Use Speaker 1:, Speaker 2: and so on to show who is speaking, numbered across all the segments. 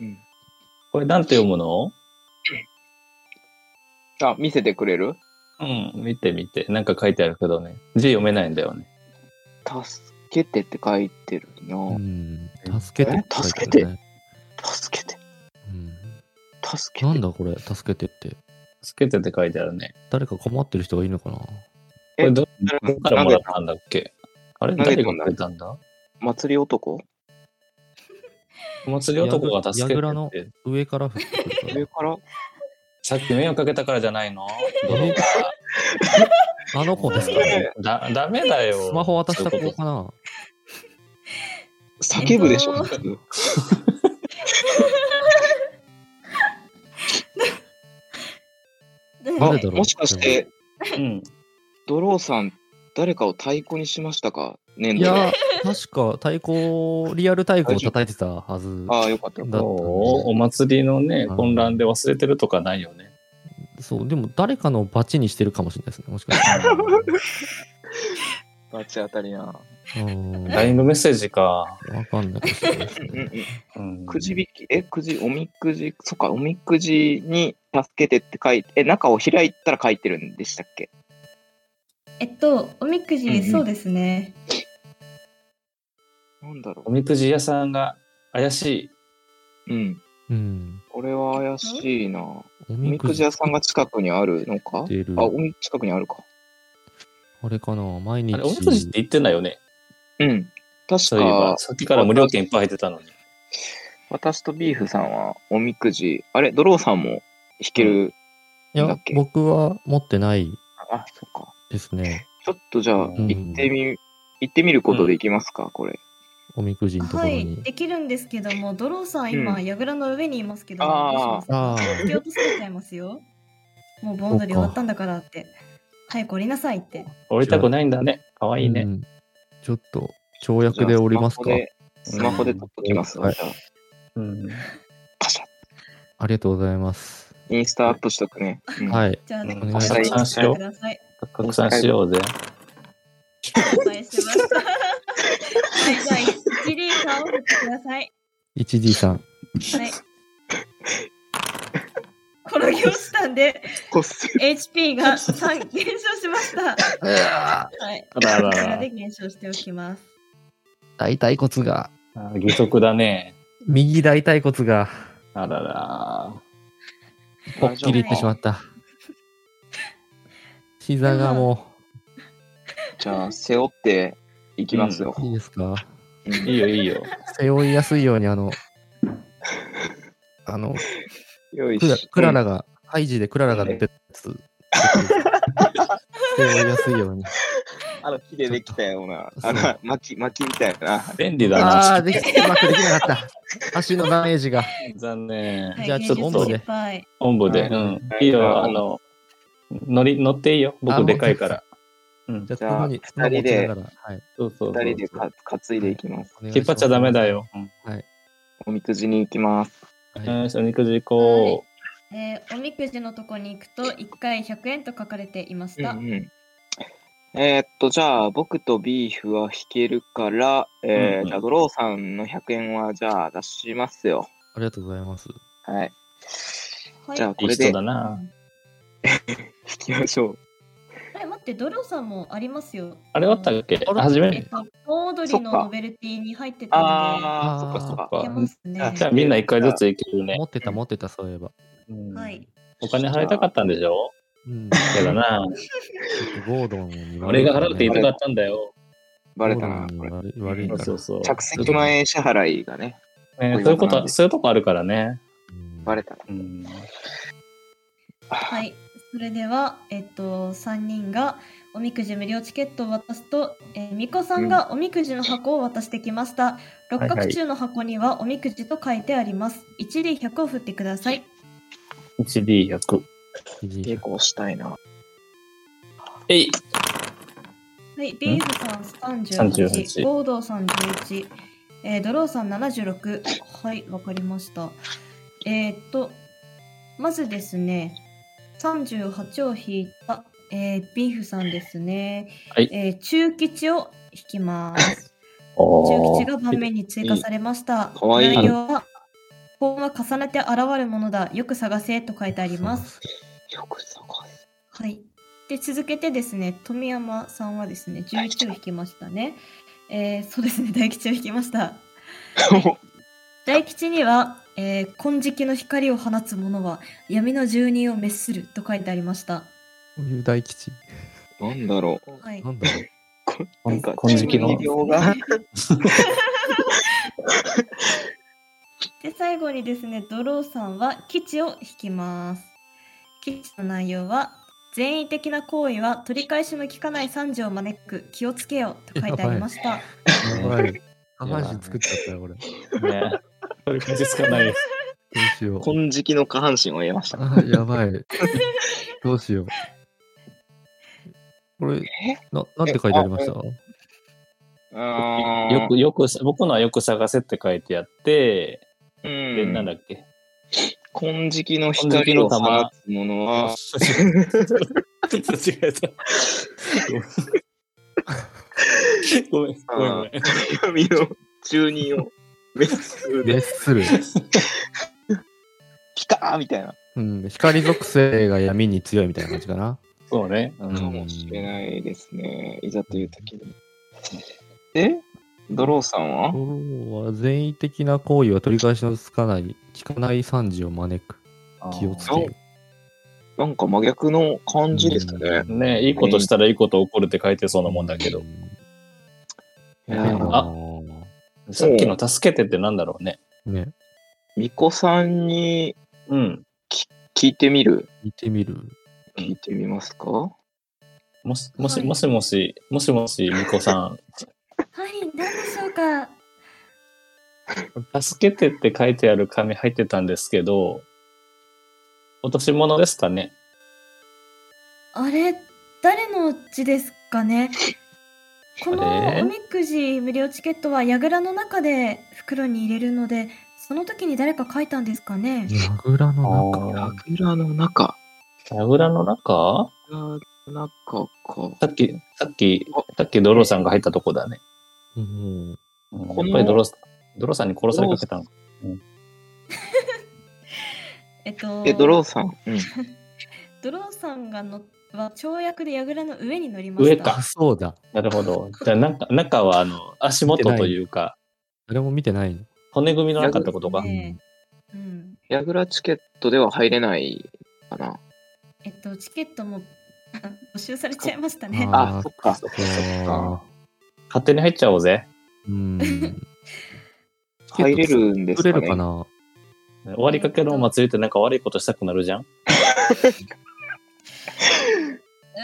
Speaker 1: うん。
Speaker 2: これなんて読むの
Speaker 1: あ、見せてくれる
Speaker 2: うん。見て見て。なんか書いてあるけどね。字読めないんだよね。
Speaker 1: 助けてって書いてるな、
Speaker 3: うん。助けて
Speaker 1: え
Speaker 3: 書いあるね
Speaker 1: 助けて、
Speaker 3: うん。
Speaker 1: 助けて。
Speaker 3: なんだこれ、助けてって。
Speaker 2: つけてって書いてあるね。
Speaker 3: 誰か困ってる人がいるのかな
Speaker 2: これどど
Speaker 1: 誰か
Speaker 2: こからもらったんだっけあれ
Speaker 1: 投げ
Speaker 2: 誰
Speaker 1: て
Speaker 2: が
Speaker 1: も
Speaker 2: くれたんだ
Speaker 1: 祭り男
Speaker 2: お祭り男が助けて
Speaker 3: やぐらの
Speaker 2: って。
Speaker 3: 上から降ってくるから
Speaker 1: 上から
Speaker 2: さっき迷惑かけたからじゃないの泥が
Speaker 3: あの子ですか
Speaker 1: え
Speaker 2: だダメだよ。
Speaker 3: スマホ渡した
Speaker 2: そういう
Speaker 3: 子
Speaker 2: こと
Speaker 3: かな
Speaker 1: 叫ぶでしょ、
Speaker 4: えっと
Speaker 1: 普通
Speaker 3: 誰だろ
Speaker 1: あ
Speaker 3: う
Speaker 1: もしかして、
Speaker 2: うん。
Speaker 1: ドローさん、誰かを太鼓にしましたか年
Speaker 3: い
Speaker 1: 度で
Speaker 3: や、確か太鼓、リアル太鼓を叩いてたはず。
Speaker 1: ああ、よかったよかっ
Speaker 3: だったんで
Speaker 2: おお祭りのね、
Speaker 3: うん
Speaker 2: 混乱で忘れてるとかないよね。
Speaker 3: そう、でも誰かのバチにしてるかもしれないですね、もしかし たら。
Speaker 1: た。バチ当たりな。
Speaker 3: うんわ
Speaker 2: LINE のメッセージか。
Speaker 3: かんないかもしれないです
Speaker 1: うんう
Speaker 3: ね。
Speaker 1: ん
Speaker 2: うん
Speaker 1: くじ引き、え、くじ、おみくじ、そっか、おみくじに助けてって書いて、え、中を開いたら書いてるんでしたっけ
Speaker 4: えっと、おみくじ、
Speaker 1: うんうん
Speaker 4: そうですね。
Speaker 1: なんだろ
Speaker 2: おみくじ屋さんが怪しい。
Speaker 1: う。うん。
Speaker 3: うん。
Speaker 1: 俺は怪しいな。お
Speaker 3: お
Speaker 1: みくじ屋さんが近くにあるのか
Speaker 3: 作ってる
Speaker 1: あ、おみ近くにあるか。
Speaker 3: あれかな毎日。
Speaker 2: あれ、おみくじって言ってないよね。
Speaker 1: うん。確
Speaker 2: そういえば
Speaker 1: か、、
Speaker 2: さっきから無料券いっぱい入ってたのに。
Speaker 1: 私とビーフさんはおみくじ、あれ、ドローさんも引ける。
Speaker 3: い
Speaker 1: な
Speaker 3: や
Speaker 1: んだっけ、
Speaker 3: 僕は持ってない
Speaker 1: あ、そっか。
Speaker 3: ですね。
Speaker 1: ちょっとじゃあ、
Speaker 2: うん
Speaker 1: 行ってみ、行ってみることできますか、これ。
Speaker 3: おみくじのところ
Speaker 4: は
Speaker 3: に
Speaker 4: い、。できるんですけども、ドローさん、
Speaker 1: う
Speaker 4: 今、
Speaker 1: ん
Speaker 4: やぐらの上にいますけど、
Speaker 1: あー
Speaker 4: どうします
Speaker 3: あ
Speaker 4: か
Speaker 3: ー
Speaker 4: 突き落とされちゃいますよ。もう盆踊り終わったんだからって。早く降りなさいって。
Speaker 2: 降りたくないんだね。かわいいうね。
Speaker 3: んちょっと、跳躍でおりますか
Speaker 1: じゃ。あスマホで、スマホで撮っときます。
Speaker 3: はい
Speaker 1: じゃあ
Speaker 2: うん。
Speaker 1: パシャッ
Speaker 3: ありがとうございます。
Speaker 1: インスタアップしとくね。うん
Speaker 3: は。い。
Speaker 4: じゃあ、ね、
Speaker 2: うん
Speaker 4: お
Speaker 1: 拡散
Speaker 2: しよう
Speaker 4: ください。
Speaker 2: 拡散しようぜ。
Speaker 4: お伝えしました。はい、じゃあ、一リーサーを振ってください。
Speaker 3: 1D さん。
Speaker 4: はい。転げ落ちたんで、
Speaker 1: こっそり
Speaker 4: HP が3減少しました。はい。
Speaker 2: あらあらあら
Speaker 4: こちらで減少しておきます。
Speaker 3: 大腿骨が。
Speaker 2: あー義足だね。
Speaker 3: 右大腿骨が、
Speaker 2: あらら。
Speaker 3: ぽっきりいってしまった。膝がも
Speaker 1: じゃあ、背負っていきますよ。
Speaker 3: う、いいですか
Speaker 2: いいよ、いいよ。
Speaker 3: 背負いやすいように、あの、あの、
Speaker 1: よい
Speaker 3: クラ
Speaker 1: しょ。
Speaker 3: クララが、ハイジでクララが出てたやつ。背負いやすいように。
Speaker 1: あの、木でできたような、
Speaker 3: ちょ
Speaker 1: あ
Speaker 3: っと
Speaker 1: の、巻き、巻きみたいな。
Speaker 2: 便利だ
Speaker 3: ああー、
Speaker 2: な。
Speaker 3: でき、うまくできなかった。足のダメージが。
Speaker 2: 残念。
Speaker 4: はい、
Speaker 3: じゃあちょっと
Speaker 4: 減
Speaker 2: おん
Speaker 4: 少
Speaker 2: ぶ
Speaker 3: で
Speaker 4: 失敗
Speaker 2: おんぶで。
Speaker 1: はい
Speaker 2: うん。いいよ、あの、乗り、乗っていいよ。
Speaker 3: あ
Speaker 2: 僕でかいから。うん
Speaker 3: じ。ゃ
Speaker 1: じ
Speaker 3: あ、
Speaker 1: ゃあ
Speaker 3: ここに、
Speaker 1: 二人で
Speaker 3: 持ちながらはい
Speaker 2: そうそうそう
Speaker 1: 二人でか担いでいきます。
Speaker 3: お願いし
Speaker 2: 引っ張っちゃダメだ
Speaker 3: よ。
Speaker 2: よ。うん
Speaker 1: おみくじに行きます。
Speaker 3: はい
Speaker 2: よし、おみくじ行こう。
Speaker 4: えーおみくじのとこに行くと1回100円と書かれていまし
Speaker 1: うん
Speaker 4: た。
Speaker 1: うん。えーっと、じゃあ、僕とビーフは弾けるから、
Speaker 2: うんう
Speaker 1: えー
Speaker 2: ん
Speaker 1: じゃあ、ドローさんの100円は、じゃあ、出しますよ。
Speaker 3: ありがとうございます。
Speaker 1: はい。
Speaker 4: はい、
Speaker 1: じゃあ、
Speaker 4: あ
Speaker 2: い
Speaker 1: こ
Speaker 2: い
Speaker 1: れで
Speaker 2: 人
Speaker 1: 弾
Speaker 2: だな。
Speaker 1: きましょう。
Speaker 4: れ待って、ドローさんもありますよ。
Speaker 2: あれはあったっけ
Speaker 3: あら
Speaker 2: 初
Speaker 4: え
Speaker 2: め
Speaker 4: っと、盆踊りのノベルティに入ってた
Speaker 1: ああ、そっ
Speaker 3: あー
Speaker 1: かそっ
Speaker 2: そっ
Speaker 1: か。
Speaker 4: んで、いけます
Speaker 2: あ
Speaker 4: ね。
Speaker 2: じゃあみんな一回ずつ行けるね
Speaker 3: 持。ってた、持ってた、そういえば。
Speaker 2: うん
Speaker 4: はい。
Speaker 2: お金払いたかったんでしょ
Speaker 3: うん。
Speaker 2: けどな。
Speaker 3: ゴードンに悪い
Speaker 2: 俺が払うって言いたかったんだよ。
Speaker 1: バレたな。こ
Speaker 3: ゴー
Speaker 1: れ
Speaker 3: ドンに悪い悪い
Speaker 2: そう
Speaker 3: か
Speaker 2: そ
Speaker 3: ら
Speaker 2: う。そう。
Speaker 1: 着席前支払いがね、
Speaker 2: ねそういうこと、そういうとこあるからね。
Speaker 3: うん
Speaker 1: バレたな。
Speaker 2: うん。
Speaker 4: はい。それでは、えっと、3人がおみくじ無料チケットを渡すと、えー、みこさんがおみくじの箱を渡してきました。六角柱の箱にはおみくじと書いてあります。1で100を振ってください。
Speaker 2: 1D100。
Speaker 1: 抵抗したいな。
Speaker 2: えい
Speaker 4: はい、ビーフさん38、
Speaker 2: 38
Speaker 4: ゴードー31、えー、ドローさん76。はい、わかりました。えー、っと、まずですね、38を引いた、えー、ビーフさんですね。
Speaker 2: はい
Speaker 4: えー中吉を引きます。中
Speaker 2: お
Speaker 4: 吉が盤面に追加されました。
Speaker 1: かわいい
Speaker 4: 内容は、幸運は重ねて現るものだ。よく探せと書いてあります。
Speaker 1: よく探す。
Speaker 4: はい。で、続けてですね、富山さんはですね、
Speaker 1: 大吉
Speaker 4: 11を引きましたね。えーそうですね、 大吉を引きました。大吉には、えー金色の光を放つ者は闇の住人を滅すると書いてありました。
Speaker 3: こういう大吉。
Speaker 1: なんだろう。
Speaker 4: はい。
Speaker 3: なんだろう。
Speaker 1: こ
Speaker 2: 金
Speaker 1: なんか
Speaker 2: 金色の
Speaker 1: 中二病が。
Speaker 4: で、最後にですね、ドローさんは吉を引きます。吉の内容は、善意的な行為は取り返しのきかない惨事を招く気をつけよと書いてありました。
Speaker 3: やばい。下半身作っちゃったよ、俺。ど
Speaker 2: ね。それ感じしか ないです。
Speaker 3: うしよう。
Speaker 1: 金色の下半身を得ました。
Speaker 3: あ、やばい。どうしよう。これ、
Speaker 1: え
Speaker 3: な、なんて書いてありました
Speaker 1: あー
Speaker 2: よく、よく、僕のはよく探せって書いてあって、
Speaker 1: う
Speaker 2: で、なん
Speaker 1: ん、
Speaker 2: だっけ。
Speaker 1: 金色の光を放つものは、
Speaker 2: ちょっと違えた。ごめん、ごめん、ごめん。
Speaker 1: 闇の中二を滅する
Speaker 3: レッ
Speaker 1: で、
Speaker 3: スル。
Speaker 1: ピカーみたいな。
Speaker 3: うん、光属性が闇に強いみたいな感じかな。
Speaker 2: そうね。う
Speaker 1: か
Speaker 2: ん
Speaker 1: もしれないですね。いざという時に。で、ドローさんは
Speaker 3: ドローは善意的な行為は取り返しのつかない、効かない惨事を招く。気をつける。
Speaker 1: なんか真逆の感じですね。
Speaker 3: うん
Speaker 2: ねいいことしたらいいこと起こるって書いてそうなもんだけど
Speaker 3: う。ん。
Speaker 1: いや
Speaker 3: ね
Speaker 1: ー
Speaker 2: あさっきの助けてってなんだろうね。
Speaker 3: ね、
Speaker 1: 巫女さんに
Speaker 2: うん。
Speaker 1: 聞いてみる
Speaker 3: 見てみる。
Speaker 1: 聞いてみますか
Speaker 2: もし、もし、
Speaker 4: はい
Speaker 2: もしもし、もしもし、みこさ
Speaker 4: はい、何でしょうか。
Speaker 2: ん。助けてって書いてある紙入ってたんですけど、落とし物ですかね
Speaker 4: あれ、誰の字ですかね。こ
Speaker 2: あ
Speaker 4: の
Speaker 2: れ
Speaker 4: おみくじ無料チケットは櫓の中で袋に入れるので、その時に誰か書いたんですかね。
Speaker 3: ラグラの中。
Speaker 2: あ
Speaker 1: ラグラの中。
Speaker 2: ー矢倉の中
Speaker 1: ラグラの中か。
Speaker 2: さっき、さっき、さっきドローさんが入ったとこだね。
Speaker 3: うん
Speaker 2: うん
Speaker 1: この
Speaker 2: やっぱりドローさん、ドローさんに殺されかけたのか。
Speaker 4: えっと、
Speaker 1: え、ドローさん。うん。
Speaker 4: ドローさんがのは跳躍で櫓の上に乗りました。
Speaker 2: 上か
Speaker 3: あ、。そうだ。
Speaker 2: なるほど。じゃあ、中、中は、あの、足元というか、
Speaker 3: 誰も見てないの。
Speaker 2: 骨組みの中ってことか。
Speaker 4: ねうん。
Speaker 1: ヤグラチケットでは入れないかな。
Speaker 4: えっと、チケットも 募集されちゃいましたね。
Speaker 1: あそっか
Speaker 3: そか
Speaker 2: 勝手に入っちゃおうぜ。
Speaker 3: うん。
Speaker 1: 入れるんです
Speaker 3: 作れ
Speaker 1: かね
Speaker 3: るかな
Speaker 2: 終わりかけのお祭りってなんか悪いことしたくなるじゃん。
Speaker 4: これ
Speaker 1: こ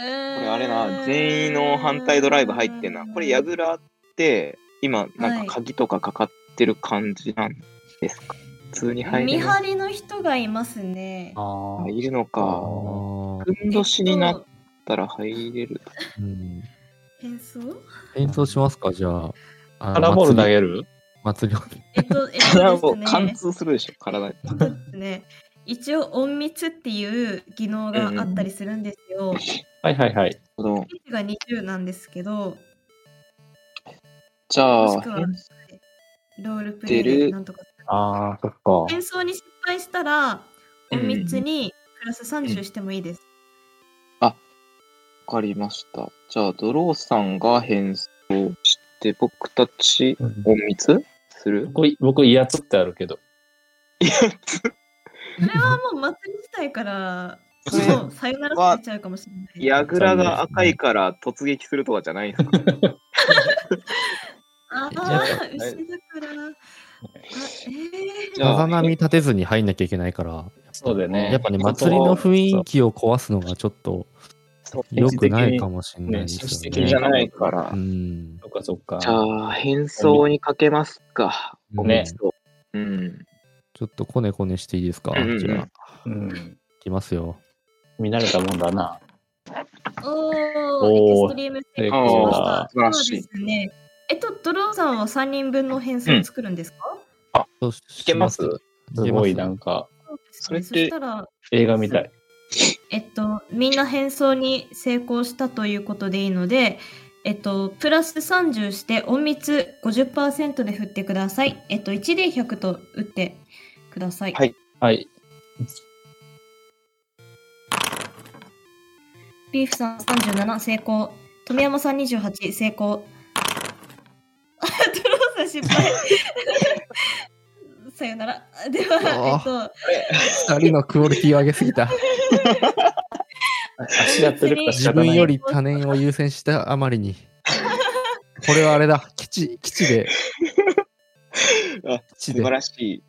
Speaker 1: れあれな、全員の反対ドライブ入ってんな。これ、ヤグラって、今、なんか鍵とかかかってる感じなんですか、普通に入
Speaker 4: 見
Speaker 1: れる。あ
Speaker 4: 張りの人がいますね。
Speaker 2: あ
Speaker 1: いるの
Speaker 3: あ
Speaker 1: か。
Speaker 3: ー
Speaker 1: ふんどしになったら入れる。
Speaker 3: うん
Speaker 4: 変装
Speaker 3: 演奏しますかじゃあ。あ
Speaker 2: カラーボール投げる
Speaker 3: 祭り祭り
Speaker 4: えっ と、えっ
Speaker 1: それはも
Speaker 4: と
Speaker 1: う
Speaker 4: です
Speaker 1: 貫
Speaker 4: ね
Speaker 1: 通するでしょ、体に。
Speaker 4: えっとですね、一応隠密っていう技能があったりするんですよ。
Speaker 2: はいはいはい。
Speaker 1: その
Speaker 4: ピーチが20なんですけど、
Speaker 1: じゃ
Speaker 4: も
Speaker 1: あ
Speaker 4: しく、はロールプレイでなんとか。
Speaker 2: ああ、そっ
Speaker 4: 変装に失敗したら、
Speaker 1: うん
Speaker 4: 隠密にプラス30してもいいです。
Speaker 1: わかりました。じゃあ、ドローさんが変装して、僕たち、隠 密する
Speaker 2: 僕、僕、威圧ってあるけど。
Speaker 4: それはもう祭り自体から、
Speaker 1: ね
Speaker 4: もうさよならされちゃうかもしれない。
Speaker 1: ヤグラが赤いから突撃するとかじゃないんですか
Speaker 4: あ
Speaker 2: じゃあ、
Speaker 4: あ牛だから。あえ
Speaker 1: じゃあ
Speaker 3: 風波立てずに入んなきゃいけないから。
Speaker 2: そうだよね。
Speaker 3: やっぱね、祭りの雰囲気を壊すのがちょっと
Speaker 1: そう
Speaker 3: 良くないかもしれない
Speaker 2: ね、
Speaker 3: で
Speaker 2: 紳士
Speaker 3: すよ
Speaker 2: 的
Speaker 1: ね
Speaker 2: じゃ
Speaker 3: ね。
Speaker 2: ないから。
Speaker 3: うん。
Speaker 2: そっかそっか。
Speaker 1: じゃあ、変装にかけますか。
Speaker 3: うん
Speaker 2: ね
Speaker 1: うん。
Speaker 3: ちょっとコネコネしていいですか
Speaker 1: うんうんうん
Speaker 3: じゃあ、い
Speaker 2: うん。
Speaker 3: きますよ。
Speaker 2: 見慣れたもんだな。
Speaker 4: ー、おお、エクストリーム成功しました。
Speaker 1: おー
Speaker 4: そうですね。えっと、ドローさんは3人分の変数を作るんですか、
Speaker 3: そうし
Speaker 1: いけます
Speaker 2: す
Speaker 3: いけます
Speaker 2: ごいなんか、
Speaker 1: それって
Speaker 4: そしたら、
Speaker 2: 映画みたい。
Speaker 4: えっと、みんな変装に成功したということでいいので、えっと、プラス30して、隠密50%で振ってください。えっと、1D100 と打ってください。
Speaker 1: はい
Speaker 2: はい。
Speaker 4: ビーフさん37成功。富山さん28成功。 あトローさん失敗。 さよなら。では、えっと、
Speaker 3: 二人のクオリティを上げすぎた。
Speaker 2: 足やってるから仕
Speaker 3: 自
Speaker 2: 方ない
Speaker 3: 分より他人を優先したあまりに。これはあれだ。基地、基地で。
Speaker 1: あ
Speaker 3: 基
Speaker 1: 素
Speaker 3: 地
Speaker 1: 晴
Speaker 3: で。
Speaker 1: らしい、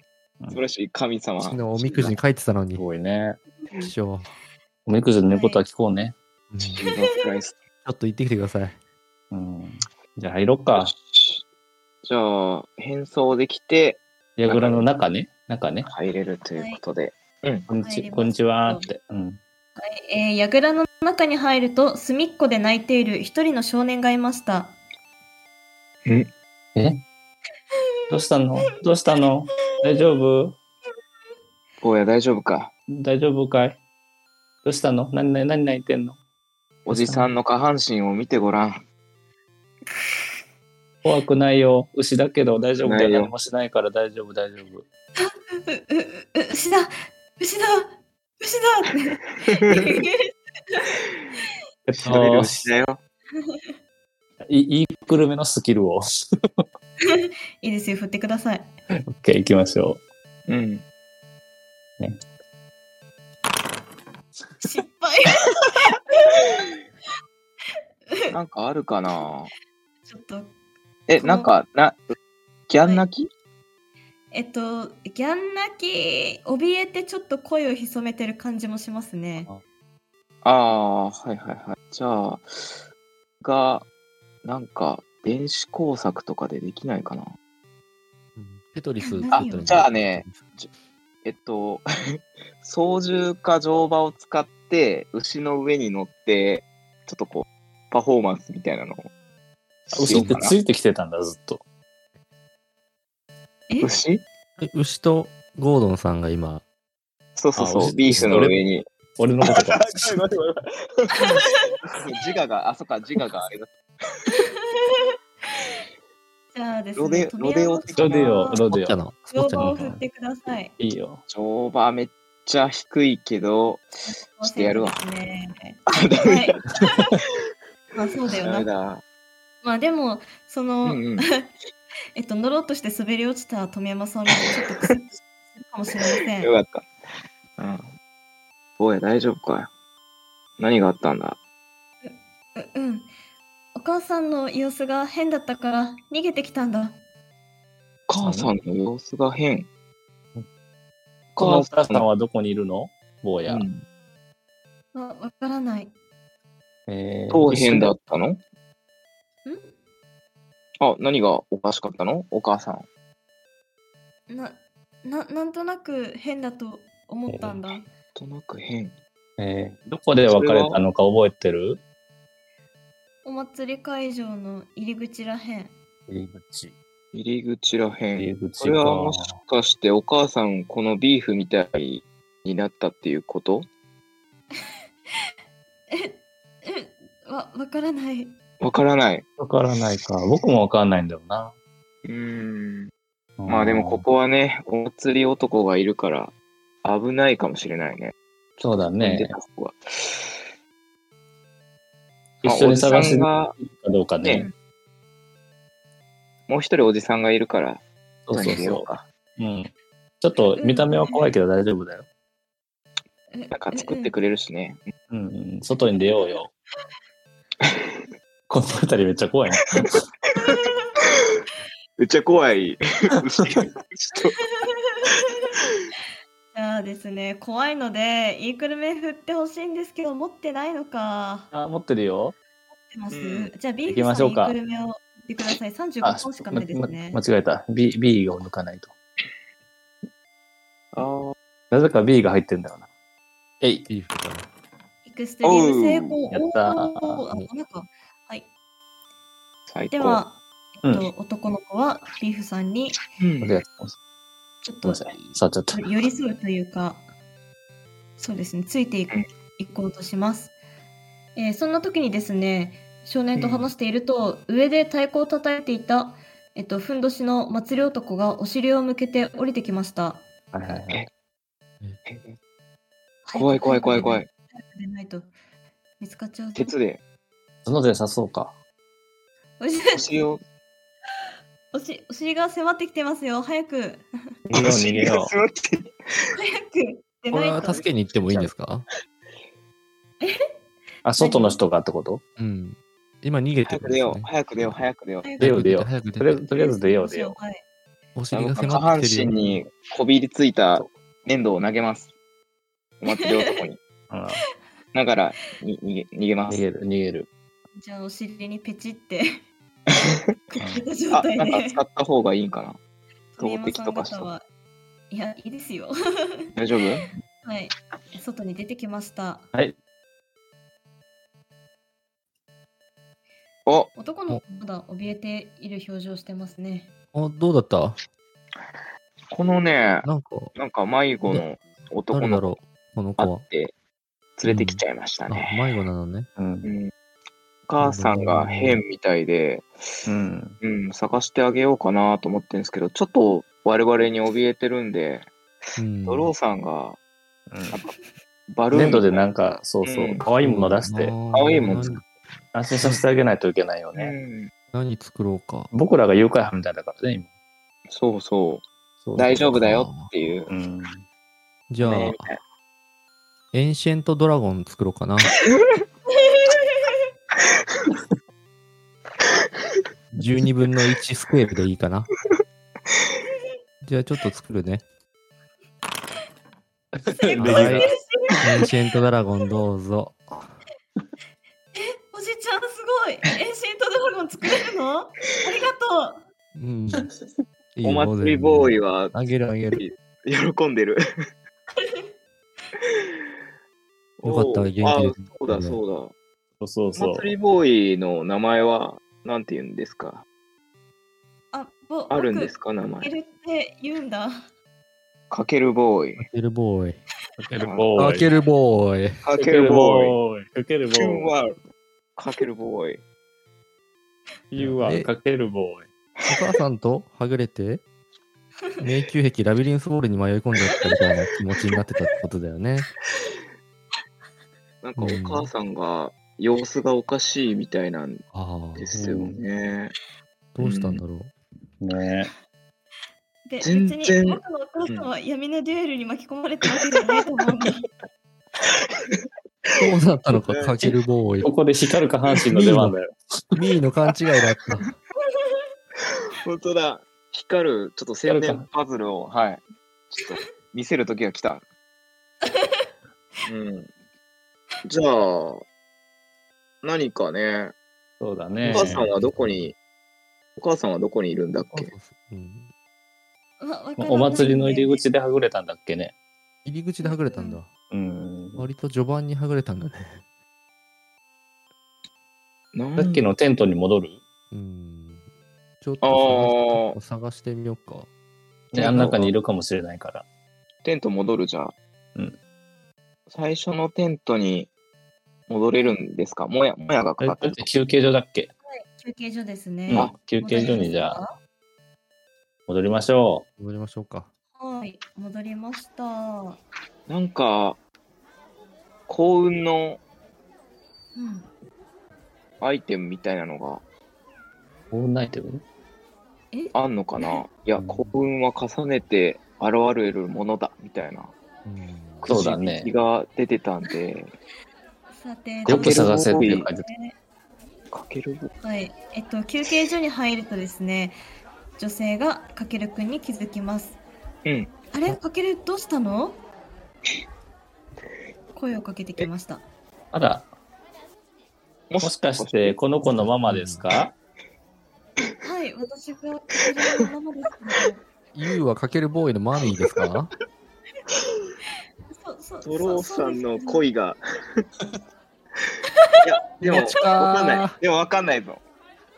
Speaker 1: 素晴らしい神様。
Speaker 3: 基地のおみく じに書いてたのに
Speaker 2: す。ごいね。
Speaker 3: 師匠。
Speaker 2: おみくじの言うことは聞こうね。
Speaker 3: うん
Speaker 1: ジー
Speaker 3: ち
Speaker 1: ザスクライス
Speaker 3: ょっと行ってきてください。
Speaker 2: うん。じゃあ入ろっか。
Speaker 1: じゃあ、変装できて
Speaker 2: ヤグラの中ね。中ね。
Speaker 1: 入れるということで。
Speaker 2: こんにち
Speaker 4: 入ります
Speaker 2: こんにちはって。うん。
Speaker 4: えー、櫓の中に入ると、隅っこで泣いている一人の少年がいました。
Speaker 2: えどうしたのどうしたの大丈夫
Speaker 1: 坊や大丈夫か
Speaker 2: 大丈夫かいどうしたの何何何泣いてんの
Speaker 1: おじさんの下半身を見てごらん。
Speaker 2: 怖くないよ。牛だけど大丈夫だ
Speaker 1: ない
Speaker 2: よ。
Speaker 1: よ
Speaker 2: 何もしないから大丈夫、大丈夫。
Speaker 4: う、う、う、牛だ牛だ牛だ
Speaker 2: え っ
Speaker 1: 調べる
Speaker 2: と、
Speaker 1: 牛だよ。
Speaker 2: いいいくるめのスキルを。オ ッ
Speaker 4: いいですよ、振ってください。
Speaker 2: ケー、行きましょ
Speaker 1: うん。
Speaker 4: 失敗
Speaker 1: なんかあるかな
Speaker 4: ちょっと、
Speaker 1: え、
Speaker 4: この
Speaker 1: なんか、な、ギャン泣き、
Speaker 4: えっと、ギャン泣き、怯えてちょっと声を潜めてる感じもしますね。
Speaker 1: ああー、はいはいはい。じゃあ、が、なんか、電子工作とかでできないかな
Speaker 3: うんテトリス
Speaker 4: あ
Speaker 3: 作ったり
Speaker 1: じゃあね。えっと、 操縦か乗馬を使って、牛の上に乗って、ちょっとこう、パフォーマンスみたいなのを
Speaker 2: う。
Speaker 1: し
Speaker 2: 牛
Speaker 1: よ
Speaker 2: っ
Speaker 1: うか
Speaker 2: て
Speaker 1: な。
Speaker 2: ついてきてたんだ、ずっと。
Speaker 4: え
Speaker 1: 牛
Speaker 3: え牛とゴードンさんが今、
Speaker 1: そうそう
Speaker 2: あ
Speaker 1: そ
Speaker 2: 牛
Speaker 1: う、ビーフの上に。
Speaker 2: 俺の ことか。
Speaker 1: 自我が、あ、そっか、自我があれだ。
Speaker 4: じゃあです
Speaker 1: ロ
Speaker 4: ね、
Speaker 1: デ
Speaker 4: 富
Speaker 1: ロデ
Speaker 4: 山
Speaker 1: オ
Speaker 4: さん
Speaker 2: ロデオ、ロ
Speaker 3: スポ
Speaker 2: デ
Speaker 3: ッチャ
Speaker 2: オ。
Speaker 3: の、スポ
Speaker 4: 乗
Speaker 3: ッチャ
Speaker 4: 馬
Speaker 3: の。
Speaker 4: を振ってください。
Speaker 2: いいよ。
Speaker 1: 乗馬めっちゃ低いけど、ょっとやるわ
Speaker 4: そうですね
Speaker 1: あ、ダ
Speaker 4: は
Speaker 1: メ
Speaker 4: い
Speaker 1: だ。。
Speaker 4: まあそうだよ
Speaker 1: ダメ
Speaker 4: な。
Speaker 1: だ。
Speaker 4: まあでも、そ
Speaker 1: う
Speaker 4: の、
Speaker 1: んうん。
Speaker 4: えっと、乗ろうとして滑り落ちた富山さんもちょっとクスッとするかもしれません
Speaker 1: よ。かった。うん。おい、大丈夫かよ。何があったんだ
Speaker 4: ううん。お母さんの様子が変だったから逃げてきたんだ。
Speaker 1: 母さんの様子が変。
Speaker 2: このお母さんはどこにいるの坊や。
Speaker 1: うん
Speaker 4: あわからない。ん
Speaker 2: えー
Speaker 1: どう変だったの
Speaker 4: な
Speaker 1: あ、何がおかしかったのお母さん。
Speaker 4: な、なんとなく変だと思ったんだ。
Speaker 1: となく変。
Speaker 2: えーどこで別れたのか覚えてる
Speaker 4: お祭り会場の入り口らへん。
Speaker 2: 入り口。
Speaker 1: 入り口ら
Speaker 2: 入
Speaker 1: へ
Speaker 2: り
Speaker 1: ん。
Speaker 2: 口
Speaker 1: これはもしかしてお母さん、このビーフみたいになったっていうこと
Speaker 4: え、え、わ、わからない。
Speaker 1: わからない。
Speaker 2: わからないか。僕もわからないんだよな。
Speaker 1: うーん。まあでもこ
Speaker 2: こ。
Speaker 1: こはね、お祭り男がいるから危ないかもしれないね。
Speaker 2: そうだ
Speaker 1: で
Speaker 2: ね。
Speaker 1: ここは
Speaker 2: 一緒に探して
Speaker 1: ま
Speaker 2: る
Speaker 1: あおじさんが
Speaker 2: かどうかね。
Speaker 1: ねもう一人おじさんがいるから、
Speaker 2: そうそう
Speaker 1: 手に入れよ
Speaker 2: そう
Speaker 1: か
Speaker 2: う。うん。ちょっと見た目は怖いけど大丈夫だよ。
Speaker 4: え
Speaker 1: なんか作ってくれるしね。
Speaker 2: うん、うん。外に出よう よ。この辺りめっちゃ怖いね。
Speaker 1: めっちゃ怖い。 ちょっと
Speaker 4: じゃあですね、怖いので、イークルメ振ってほしいんですけど、持ってないのか。
Speaker 2: あ、持ってるよ。
Speaker 4: 持ってます。
Speaker 1: うん
Speaker 4: じゃあ、ビー
Speaker 2: 行きま
Speaker 4: フ
Speaker 2: し
Speaker 4: さん
Speaker 2: ょ
Speaker 4: イ
Speaker 2: うか
Speaker 4: ークルメを振ってください。
Speaker 2: あ
Speaker 4: 35、本しか
Speaker 2: ま
Speaker 4: ないですね。
Speaker 2: ま間違えた。B、B を抜かないと。
Speaker 1: あー
Speaker 2: なぜか B が入ってんだよな。えい。
Speaker 3: ビーフとかね
Speaker 4: エクストリーム成
Speaker 2: お
Speaker 4: 功。
Speaker 2: うやったー
Speaker 4: おーあなんかはい。
Speaker 1: 最
Speaker 4: で
Speaker 1: 高。
Speaker 4: は、
Speaker 2: うん
Speaker 4: えっと、男の子はビーフさんに
Speaker 1: うん
Speaker 2: ありがとう
Speaker 4: ちょっ
Speaker 2: ごめん
Speaker 4: と
Speaker 2: なさい。触っちゃった。
Speaker 4: 寄り添うというか、そうですね、ついていく
Speaker 1: うん
Speaker 4: いこうとします。えーそんな時にですね、少年と話していると、上で太鼓を叩いていた、えっと、ふんどしの祭り男がお尻を向けて降りてきました。
Speaker 2: はいはいはい。
Speaker 1: 怖い怖い怖い怖い。
Speaker 4: 早くでないと見つかっちゃうぞ。
Speaker 1: 鉄で
Speaker 2: 角で刺そうか。
Speaker 4: おし
Speaker 1: お尻を
Speaker 4: おしお尻が迫ってきてますよ。早く。
Speaker 2: 逃げよう逃げよ
Speaker 1: お尻が座って
Speaker 4: 早くで
Speaker 3: これ
Speaker 4: ない
Speaker 3: は
Speaker 4: と。
Speaker 3: 助けに行ってもいいんですか
Speaker 2: う。あ、外の人がってこと
Speaker 3: うん。今逃げて
Speaker 1: 早
Speaker 3: る
Speaker 1: く
Speaker 3: ん
Speaker 1: 出
Speaker 3: です
Speaker 1: よ
Speaker 3: ね
Speaker 1: う早く出よう早く出よう。
Speaker 4: 早く
Speaker 2: 出よう出よう
Speaker 3: 早く出
Speaker 2: とりあえ
Speaker 3: て
Speaker 2: ず。とりあえず出よう出よ
Speaker 4: はい。
Speaker 3: お尻
Speaker 1: なん
Speaker 3: が
Speaker 1: か
Speaker 3: 迫
Speaker 1: 下
Speaker 3: っ
Speaker 1: 半
Speaker 3: てきて
Speaker 1: 身
Speaker 3: るよ。
Speaker 1: にこびりついた粘土を投げます。お祭り男に。
Speaker 2: う。うん
Speaker 1: だからに逃げ逃げま
Speaker 2: 逃
Speaker 1: す。
Speaker 2: げる、逃げる。
Speaker 4: じゃあお尻にペチって くっつけた
Speaker 1: あ
Speaker 4: 状態
Speaker 1: なんか
Speaker 4: で
Speaker 1: 使。った方がいいんかな。投
Speaker 4: 鳥山
Speaker 1: 擲
Speaker 4: さ
Speaker 1: と
Speaker 4: ん
Speaker 1: かした
Speaker 4: 方はいや、いいですよ。
Speaker 1: 大丈夫？
Speaker 4: はい。外に出てきました。
Speaker 2: はい。
Speaker 1: お
Speaker 4: 男の子まだ怯えている表情してます ね。
Speaker 3: あ、どうだった
Speaker 1: このね
Speaker 3: なんか、
Speaker 1: なんか迷子の男
Speaker 3: 誰
Speaker 1: の子
Speaker 3: だろうこの
Speaker 1: あ
Speaker 3: 子は
Speaker 1: っ。て連れてきちゃいました
Speaker 3: あ、
Speaker 1: ね。
Speaker 3: 迷子なのね。
Speaker 2: うん。
Speaker 1: うん、お母さんが変みたいで、
Speaker 2: うん。
Speaker 1: うん、探してあげようかなと思ってるんですけど、ちょっと我々に怯えてるんで、
Speaker 3: うん。
Speaker 1: ドローさんがバルーン
Speaker 2: 粘土でなんか、そうそうう、
Speaker 1: ん
Speaker 2: 可愛いもの出して、
Speaker 1: 青
Speaker 3: 青
Speaker 1: いもん
Speaker 3: 何
Speaker 2: 安心させてあげないといけないよ
Speaker 1: う
Speaker 2: ね。
Speaker 1: ん、
Speaker 3: 何作ろうか。
Speaker 2: 僕らが誘拐犯みたいだからね、今
Speaker 1: そうそ、
Speaker 2: そうう。
Speaker 1: 大丈夫だよっていう。
Speaker 2: うん。
Speaker 3: じゃあ、
Speaker 1: ね
Speaker 3: エンシェントドラゴン作ろう かな。12分の1スクエールでいいかな。じゃあちょっと作るね。
Speaker 2: でき
Speaker 3: は
Speaker 2: た
Speaker 3: い。エンシェントドラゴンどうぞ。
Speaker 4: おじちゃんすごい。エンシェントドラゴン作れるのありがと
Speaker 3: う
Speaker 4: う。
Speaker 3: ん。いいよ
Speaker 1: お祭りボー
Speaker 3: 全
Speaker 1: イは
Speaker 3: 然あげるあげる。
Speaker 1: 喜んでる。
Speaker 3: よかった
Speaker 1: おー
Speaker 3: 元気で
Speaker 1: あそうだそ
Speaker 2: そ
Speaker 1: う
Speaker 2: うそう
Speaker 1: だ。
Speaker 2: そ
Speaker 1: お
Speaker 2: う。
Speaker 1: 祭りボーイの名前はなんて言うんですか
Speaker 4: あ、ぼ
Speaker 1: あるんです
Speaker 4: か
Speaker 1: か名
Speaker 4: い
Speaker 1: 前。
Speaker 4: るって言うんだ。
Speaker 1: かけるボーイ。
Speaker 3: かけるボーイ。
Speaker 2: かけるボーイ。
Speaker 3: かけるボーイ。
Speaker 1: かけるボーイ。
Speaker 2: イ。かけるボ
Speaker 1: キュン
Speaker 2: ーイ。
Speaker 1: ワールドかけるボーイ。
Speaker 2: You are
Speaker 3: え
Speaker 2: かけるボーイ。
Speaker 3: お母さんとはぐれて、迷宮壁ラビリンスボールに迷い込んじゃったみたいな気持ちになってたってことだよね。
Speaker 1: なんかお母さんが様子がおかしいみたいなん
Speaker 3: ああ、
Speaker 1: ですよね。
Speaker 3: どうしたんだろう。
Speaker 2: ね
Speaker 4: で、別
Speaker 1: 全
Speaker 4: に
Speaker 1: 然
Speaker 4: 僕のお母さんは闇のデュエルに巻き込まれたわけじゃないと思うんだ。
Speaker 3: どうなったのか、かけるボーイ
Speaker 2: こ。こで光る下半身の出番だよ。
Speaker 3: ミーの勘違いだった。
Speaker 1: 本当だ。光る、ちょっと千年パズルを、はい。ちょっと見せる時が来た。 うん。じゃあ、何かね、
Speaker 2: そうだ
Speaker 1: お
Speaker 2: ね。
Speaker 1: 母さんはどこに、お母さんはどこにいるんだっけ
Speaker 3: うん
Speaker 4: わわからない
Speaker 2: お祭りの入り口ではぐれたんだっけね。
Speaker 3: 入り口ではぐれたんだ。
Speaker 2: うん。
Speaker 3: 割と序盤にはぐれたんだね。
Speaker 1: なん
Speaker 2: さっきのテントに戻る
Speaker 3: うん。ちょっ
Speaker 1: あ
Speaker 3: と
Speaker 1: ー
Speaker 3: 探して探してみようか。
Speaker 2: ねあの中にいるかもしれないから。
Speaker 1: テント戻るじゃん。
Speaker 2: うん
Speaker 1: 最初のテントに戻れるんですかもや、もやが
Speaker 2: あ
Speaker 1: か
Speaker 2: れ
Speaker 1: か
Speaker 2: だ
Speaker 1: って
Speaker 2: っ
Speaker 1: る
Speaker 2: て。休憩所だっけ
Speaker 4: 休憩所ですね。
Speaker 2: う
Speaker 1: あ
Speaker 2: ん。休憩所にじゃあ戻りましょ
Speaker 3: 戻りましょうか。
Speaker 4: あ。はい、戻りました。うん。
Speaker 1: なんか、幸運のアイテムみたいなのが
Speaker 2: う。オールナイトね
Speaker 4: え
Speaker 1: あんのかないや、
Speaker 3: うん
Speaker 1: 幸運は重ねて現れるものだ、みたいな。
Speaker 3: うん
Speaker 2: そうだね
Speaker 1: 口引きが出てたんで、
Speaker 4: さて、
Speaker 2: よく探せっていう
Speaker 1: か
Speaker 2: 感じで。
Speaker 1: かける
Speaker 4: はい、えっと休憩所に入るとですね、女性がかけるくんに気づきます。
Speaker 1: うん。
Speaker 4: あれかけるどうしたの？声をかけてきました。
Speaker 2: あら、も
Speaker 1: も
Speaker 2: しかして、この子のママですか
Speaker 4: はい、私がかけるのママですけど。
Speaker 3: ユーはかけるボーイのマミーですか
Speaker 4: そうそ
Speaker 1: ド
Speaker 4: う
Speaker 1: ロー
Speaker 4: そ
Speaker 1: さ
Speaker 4: うで
Speaker 1: ん
Speaker 4: す
Speaker 1: の恋 が。いや、でも、わかんない。でも、わかんないぞ。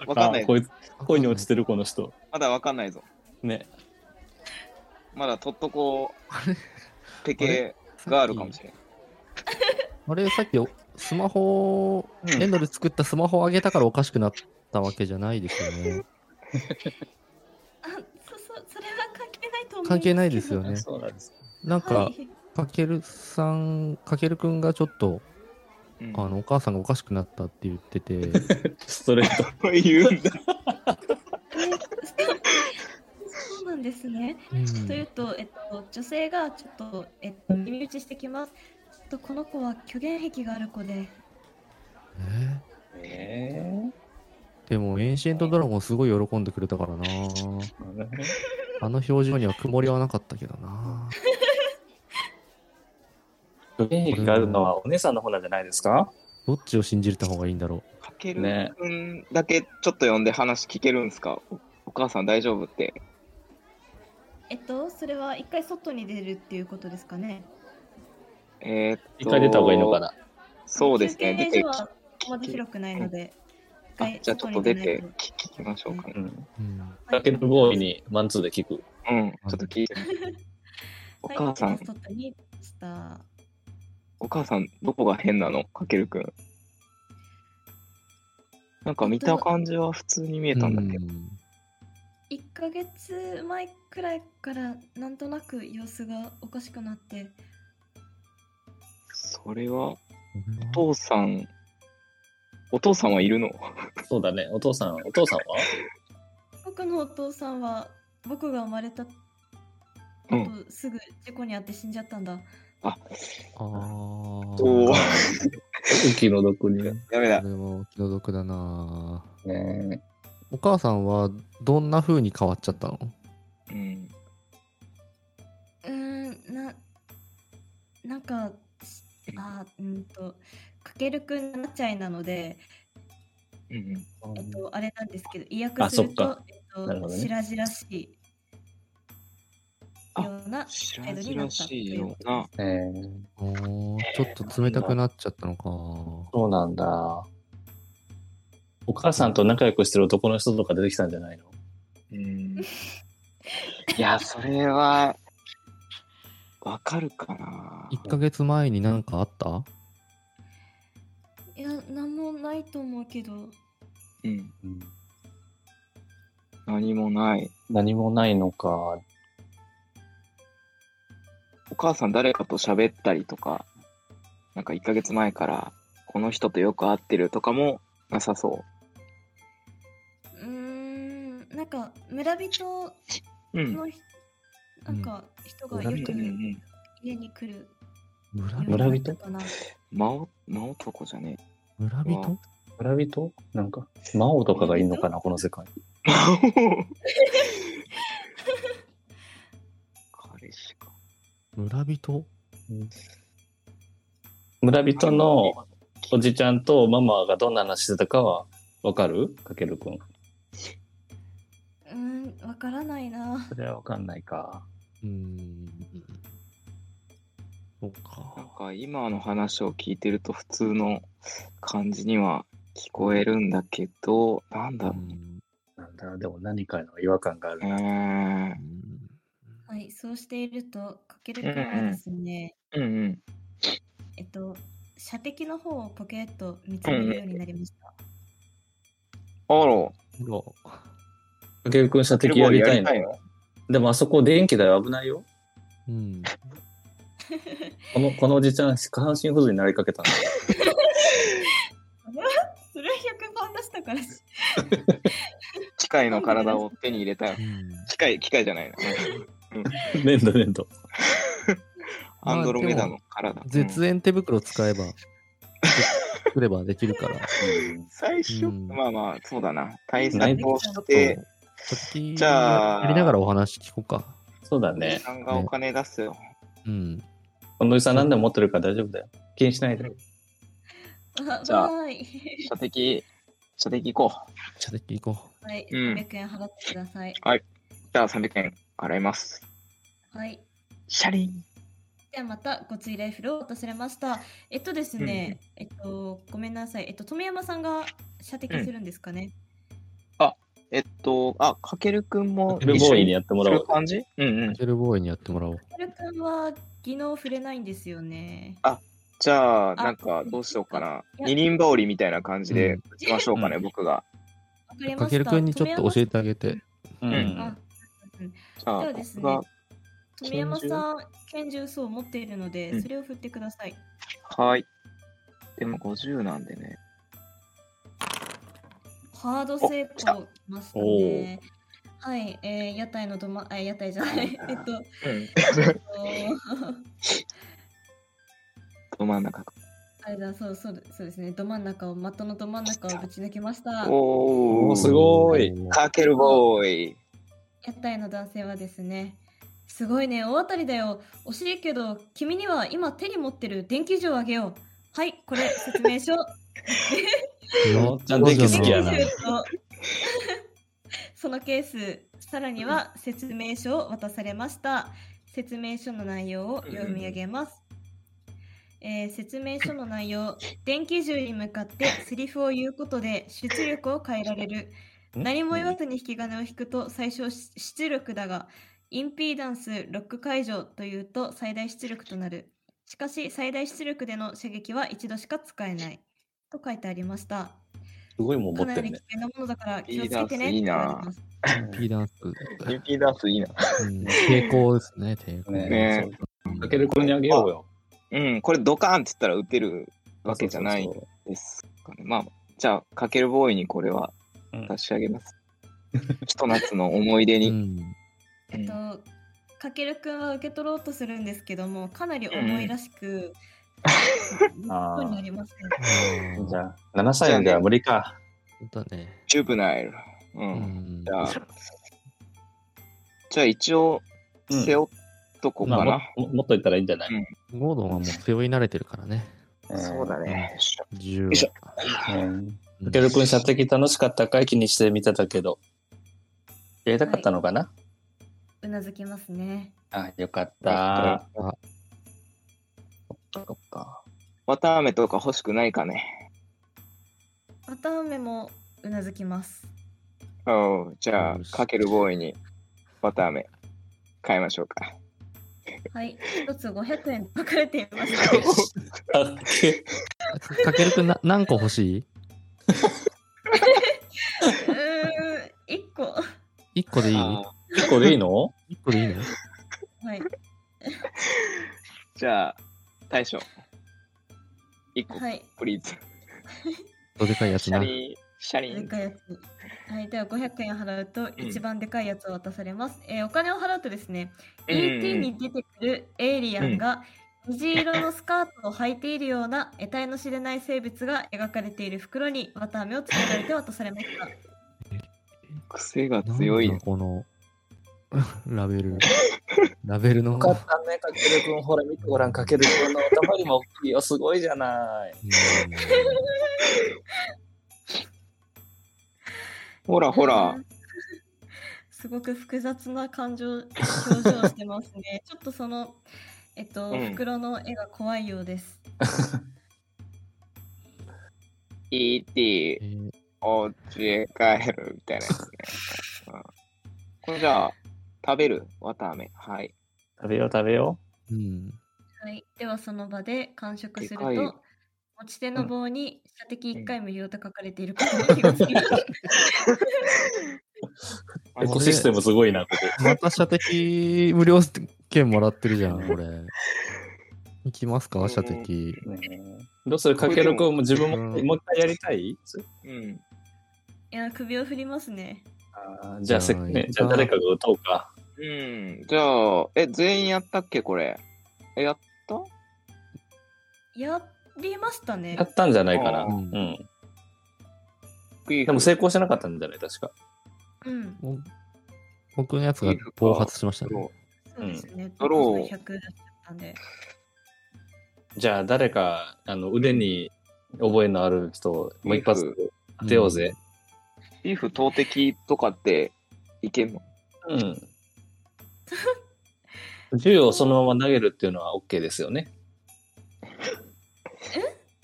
Speaker 1: わかんない
Speaker 2: あこいつ恋に落ちてるこの人。
Speaker 1: まだわかんないぞ。
Speaker 2: ね。
Speaker 1: まだ、とっとこ、ペケがあるかもしれない。
Speaker 3: あれさっきおスマホを、
Speaker 1: うん
Speaker 3: エンドで作ったスマホをあげたからおかしくなったわけじゃないですよね。
Speaker 4: あ、そそそれは関係ないと思
Speaker 3: 関係ないですよね。
Speaker 2: そうなんです。
Speaker 3: なん
Speaker 4: は
Speaker 3: か、
Speaker 4: い
Speaker 3: かけるさん、かけるくんがちょっと、
Speaker 1: うん
Speaker 3: あの、お母さんがおかしくなったって言ってて、
Speaker 2: ストレート。
Speaker 1: これ言うんだ。
Speaker 4: そうなんですね。
Speaker 3: うん
Speaker 4: というと、えっと、女性がちょっと、えっと、耳打ちしてきます。ちょっとこの子は虚言癖がある子で、
Speaker 3: ね
Speaker 2: え
Speaker 3: でも、エンシェントドラゴンすごい喜んでくれたからな。
Speaker 2: えー。
Speaker 3: あの表情には曇りはなかったけどな。
Speaker 2: 不便益があるのはお姉さんの方なんじゃないですか
Speaker 3: どっちを信じれた方がいいんだろ
Speaker 1: かけ
Speaker 2: ね
Speaker 1: るくんだけちょっと読んで話聞けるんですかおお母さん大丈夫って。
Speaker 4: えっと、それは一回外に出るっていうことですかね。
Speaker 1: えーっと。
Speaker 2: 一回出た方がいいのかな
Speaker 1: そうですね。出
Speaker 4: 休憩
Speaker 1: て
Speaker 4: 所はあまだ広くないので、一
Speaker 1: あ
Speaker 4: 回
Speaker 1: じゃあちょ
Speaker 4: 外
Speaker 1: っと出
Speaker 4: に出ない
Speaker 1: て
Speaker 4: と。
Speaker 1: 聞聞きましょうかね。
Speaker 2: うん。
Speaker 3: う。うん。
Speaker 2: かける合意にマンツーで聞く。
Speaker 1: うん、ちょっと 聞いてみて。お母さん、
Speaker 4: はい、外に出ました。
Speaker 1: お母さん、どこが変なのかけるくん。なんか見た感じは普通に見えたんだけど。
Speaker 4: 1ヶ月前くらいからなんとなく様子がおかしくなって
Speaker 1: それは、
Speaker 3: うん
Speaker 1: お父さん、お父さんはいるの
Speaker 2: そうだね。お父さん、お父さんは
Speaker 4: 僕のお父さんは僕が生まれた後
Speaker 1: うん
Speaker 4: すぐ事故に遭って死んじゃったんだ、
Speaker 3: ああ。
Speaker 1: おー
Speaker 2: 気の毒 に。
Speaker 1: ダメだ
Speaker 3: こ。れはお気の毒だな
Speaker 2: ね
Speaker 3: お母さんはどんな風に変わっちゃったの
Speaker 1: うん。
Speaker 4: うーんななんかあーうんとかけるくんなっちゃいなので、
Speaker 1: うん
Speaker 4: えっと、あれなんですけど意
Speaker 2: あ
Speaker 4: 訳する
Speaker 2: そっ
Speaker 4: と
Speaker 2: かな
Speaker 4: え
Speaker 2: る
Speaker 4: っ
Speaker 2: ほ
Speaker 4: と
Speaker 2: どね
Speaker 4: 白々しい
Speaker 1: あ
Speaker 4: ような
Speaker 1: 知
Speaker 4: 態
Speaker 1: ら
Speaker 4: 度
Speaker 1: ず
Speaker 4: にな
Speaker 1: ら
Speaker 4: った
Speaker 1: し
Speaker 4: とい
Speaker 1: いうよ
Speaker 4: こ
Speaker 1: う
Speaker 4: と
Speaker 1: な
Speaker 4: で。す
Speaker 2: えー
Speaker 3: おーちょっと冷たくなっちゃったのか。
Speaker 2: そうなんだ。お母さんと仲良くしてる男の人とか出てきたんじゃないの
Speaker 1: うん。いや、それは、わかるかな。
Speaker 3: 1ヶ月前になんかあった
Speaker 4: いや何もないと思うけど
Speaker 1: うん。何もない。
Speaker 2: 何もないのか。
Speaker 1: お母さん誰かと喋ったりとか、なんか1ヶ月前からこの人とよく会ってるとかもなさそう
Speaker 4: ーんなんか村人
Speaker 1: う。うん。
Speaker 4: のひ、なんか人がよ
Speaker 2: 村人
Speaker 4: く
Speaker 1: うんうん
Speaker 4: 家に来る
Speaker 3: 村人
Speaker 2: 村人
Speaker 4: ようになったか
Speaker 1: 魔お魔男じゃね
Speaker 3: 村人
Speaker 2: 村人なんか、魔王とかがいるのかな、この世界。
Speaker 1: え。魔王彼氏か。
Speaker 3: 村人
Speaker 2: 村人のおじちゃんとママがどんな話してたかはわかるかけるくん。
Speaker 4: なうーんわからないな
Speaker 2: それはわかんないか。
Speaker 3: うーん。そう
Speaker 1: なん
Speaker 3: か。
Speaker 1: か今の話を聞いてると普通の感じには聞こえるんだけど、なんだ
Speaker 3: う
Speaker 1: ろうね。
Speaker 3: ん
Speaker 2: なんだ、でも何かの違和感がある
Speaker 1: え
Speaker 2: な。
Speaker 4: はいそうしているとかけるくんはですね、
Speaker 1: ー、うんうん。
Speaker 4: えっと射的の方をポケット見つめるようになりました、
Speaker 1: あら、
Speaker 3: ほ
Speaker 2: かけるくん射的やりたいの。
Speaker 1: の
Speaker 2: でもあそこ電気だよ、危ないよ。
Speaker 3: ら。うん。
Speaker 2: この、このおじちゃん、下半身不随になりかけたんだよ。
Speaker 4: それは100番出したから
Speaker 1: 機械の体を手に入れたよ。機械、機械じゃないな。
Speaker 2: 粘土粘土。
Speaker 1: アンドロメダ
Speaker 3: ま
Speaker 1: の体。
Speaker 3: あでも絶縁手袋使 えば、作ればできるから。
Speaker 1: うん最初、
Speaker 3: うん
Speaker 1: まあまあ、そうだな。対策
Speaker 2: ない
Speaker 1: をして、
Speaker 3: 先
Speaker 1: じゃあ
Speaker 3: やりながらお話聞こうか。
Speaker 2: そうだ
Speaker 1: おじ
Speaker 2: ね。
Speaker 1: さんがお金出すよ。
Speaker 3: うん。
Speaker 2: このおじさん何でも持ってるから大丈夫だよ。気にしないで。
Speaker 1: じゃあ
Speaker 4: はい、
Speaker 1: 射的、射的行こう。
Speaker 3: じゃあ、行こ
Speaker 4: はい、
Speaker 1: うん
Speaker 4: 300円払ってください
Speaker 1: じゃあ300円払います。
Speaker 4: はい
Speaker 1: シャリン。
Speaker 4: ではまたご追礼フルを渡されましたえっとですね、えっとごめんなさいえっと富山さんが射的するんですかね、
Speaker 1: えっと、あ、かけるくんも
Speaker 2: ルボーイにや
Speaker 1: やっ
Speaker 2: って
Speaker 1: て
Speaker 2: もらおう。
Speaker 1: 感じうんう
Speaker 3: う。
Speaker 1: ん。
Speaker 3: ジェルボーイにやってもらおう。
Speaker 4: カル君は技能触れないんですよね。
Speaker 1: じゃあ、なんか、どうしようかな。二輪羽織みたいな感じで
Speaker 3: う
Speaker 1: 打ちましょうかね、
Speaker 2: うん
Speaker 1: 僕が。
Speaker 4: わかりました。
Speaker 3: かけるくんにちょっと教えてあげて。
Speaker 2: うんん。
Speaker 1: じ
Speaker 4: 富山さんあ
Speaker 1: ゃあ、
Speaker 4: そうです
Speaker 1: 僕
Speaker 4: ね
Speaker 1: が
Speaker 4: 富山さん、拳銃そう持っているので、
Speaker 1: うん
Speaker 4: それを振ってください。
Speaker 1: はい。でも50なんでね。
Speaker 4: ハード成功きましたね。はい、えー屋台のどま、えー屋台じ ゃない、えっと、えっと
Speaker 1: ど真ん中。
Speaker 4: あれだ、そう、そうで、そうですね、ど真ん中を、的のど真ん中をぶち抜けました。
Speaker 1: お
Speaker 2: お
Speaker 1: お
Speaker 2: ーすごい。
Speaker 1: かけるボー イ。
Speaker 4: 屋台の男性はですね、すごいね、大当たりだよ。惜しいけど、君には今手に持ってる電気錠をあげよう。はい、これ、説明書。
Speaker 2: のっちゃん電気好きやな
Speaker 4: 電気錠とそのケース、さらには説明書を渡されました。説明書の内容を読み上げます。えー説明書の内容、電気銃に向かってセリフを言うことで出力を変えられる。
Speaker 2: ん
Speaker 4: 何も言わずに引き金を引くと最小出力だが、インピーダンスロック解除というと最大出力となる。しかし、最大出力での射撃は一度しか使えない。と書いてありました。
Speaker 2: すごいもん持
Speaker 4: か
Speaker 2: っ
Speaker 4: な
Speaker 2: てる
Speaker 4: り危
Speaker 2: ね。
Speaker 4: 険なものだから気をつけてね。
Speaker 1: いいなぁ
Speaker 4: と言われてます
Speaker 3: ピーダンス。
Speaker 1: リピーダンスいいな。
Speaker 3: うん抵抗ですね、抵抗。
Speaker 2: ねえ。かけるこれにあげようよ。
Speaker 1: うん、これドカーンって言ったら打てるわけじゃない
Speaker 2: そうそう
Speaker 1: ですかね。まあ、じゃあ、かけるボーイにこれは
Speaker 2: そう
Speaker 1: 差し上げます。 ひと夏の思い出
Speaker 3: う
Speaker 1: に。
Speaker 3: ん
Speaker 4: えっと、かけるくんは受け取ろうとするんですけども、かなり重いらしく、
Speaker 2: ん
Speaker 4: そうになりますね。
Speaker 3: あ
Speaker 2: うん
Speaker 3: ー
Speaker 2: じゃあ、7歳では無理か。
Speaker 3: そうだね。
Speaker 1: ジュブナイル。う。
Speaker 3: うんん
Speaker 1: じ。ゃあ、じゃあ一応、
Speaker 2: うん
Speaker 1: 背負っとこうか
Speaker 2: まあ
Speaker 1: な。
Speaker 2: ももっと言ったらいいんじゃない
Speaker 3: ゴードンはもう背負い慣れてるからね。
Speaker 1: そうだね。
Speaker 3: 10
Speaker 1: いしょ
Speaker 2: うん
Speaker 3: うん
Speaker 2: かけるくん、射的楽しかったかい気にして見てたけど。やりたかったのかな
Speaker 4: うなずきますね。
Speaker 2: あ、よかった。
Speaker 3: あ
Speaker 2: そっか。
Speaker 1: 綿飴とか欲しくないかね。
Speaker 4: 綿飴もうなずきます。
Speaker 1: おうじゃあ
Speaker 3: よし、
Speaker 1: かけるボーイに綿飴買いましょうか。
Speaker 4: はい、一つ500円と書かれていました。
Speaker 2: あけ
Speaker 3: かけるくんな何個欲し
Speaker 4: うーん、1個。
Speaker 3: い ?1 個でいい
Speaker 1: あ
Speaker 3: ?1
Speaker 2: 結構でいいの
Speaker 3: 個でいいの
Speaker 4: はい、
Speaker 1: じゃあ、大将。一個、
Speaker 4: はい、
Speaker 1: プリーズ。
Speaker 3: どでかいやつ
Speaker 1: シャ
Speaker 3: な。
Speaker 1: リン、シャリ
Speaker 4: で
Speaker 1: ン。
Speaker 4: かいやつ。はい、では500円払うと一番でかいやつを渡されます。えーお金を払うとですね、ET に出てくるエイリアンが虹色のスカートを履いているような得体の知れない生物が描かれている袋に綿飴をつけられて渡されました。
Speaker 1: 癖が強い
Speaker 3: なんだ。この ラベル。ラベルの。
Speaker 2: よか ったね、かけるくん。ほら、見てごらん、かけるくんの頭にも大きいよ。すごいじゃない。
Speaker 3: う
Speaker 1: ほらほら。。
Speaker 4: すごく複雑な感情、表情をしてますね。ちょっとその、えっと、
Speaker 1: うん
Speaker 4: 袋の絵が怖いようです。
Speaker 1: ET
Speaker 3: んえー
Speaker 1: お家へ帰るみたいなやつね。うんこれじゃあ、食べるわたあめ。はい。
Speaker 2: 食べよう、食べよ
Speaker 3: うん。
Speaker 4: はい、ではその場で完食する
Speaker 1: でかい
Speaker 4: と、持ち手の棒に射的1回無料と書かれていることに気がつきました。
Speaker 2: う。エコシステムすごいな、こ
Speaker 3: また射的無料券もらってるじゃん、これ。いきますか、射的。
Speaker 2: こ。どうするかけるくんも自分も、
Speaker 3: うん
Speaker 2: もう一回やりたい
Speaker 1: うん。
Speaker 4: いや、首を振りますね。
Speaker 2: あーじゃあ、せっ
Speaker 3: うん
Speaker 2: ね、じゃあ誰かが歌おうか。
Speaker 1: うん。じゃあ、え、全員やったっけこれ。え、やった
Speaker 4: やりましたね
Speaker 2: や。ったんじゃないかな。
Speaker 1: あ
Speaker 2: う
Speaker 1: ー
Speaker 2: ん。
Speaker 1: クイー
Speaker 2: で
Speaker 1: フ
Speaker 2: も成功しなかったんじゃない確か。
Speaker 4: うん、
Speaker 3: お僕のやつが暴発しましたね。
Speaker 4: そうですね。
Speaker 1: ドロー
Speaker 4: 100だったんで。
Speaker 2: じゃあ、誰か、あの、腕に覚えのある人をもう一発当てようぜ。
Speaker 1: ビーフ投擲とかっていけんの
Speaker 2: うん。 銃をそのまま投げるっていうのは OK ですよね。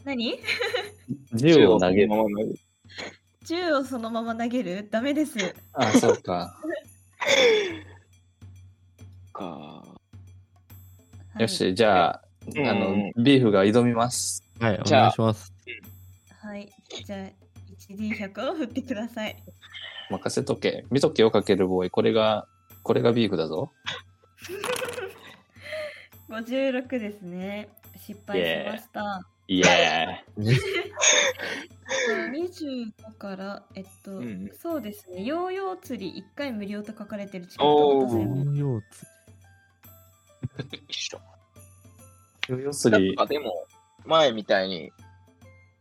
Speaker 4: 何
Speaker 2: 銃を投げ
Speaker 1: る
Speaker 2: る。。
Speaker 4: 銃をそのまま投げるダメです。
Speaker 2: あ、そうか。
Speaker 1: か。
Speaker 2: よし、じゃあ、
Speaker 1: うん
Speaker 2: あの、ビーフが挑みます。
Speaker 3: はい、お
Speaker 1: じゃあ
Speaker 3: 願いします。
Speaker 4: はい。はい。じゃあ、1D100 を振ってください。
Speaker 2: 任せとけ。見とけをかけるボーイ。これが、これがビーフだぞ。
Speaker 4: 56ですね。失敗しました。
Speaker 2: イエ
Speaker 4: 25から、えっと、
Speaker 1: うん
Speaker 4: そうですね、ヨーヨー釣り1回無料と書かれてるチケット
Speaker 1: お
Speaker 4: を
Speaker 1: ー
Speaker 4: 渡せます。
Speaker 3: ヨーヨー釣
Speaker 2: ーイ。要する
Speaker 1: なん
Speaker 2: に
Speaker 1: か、でも、前みたいに、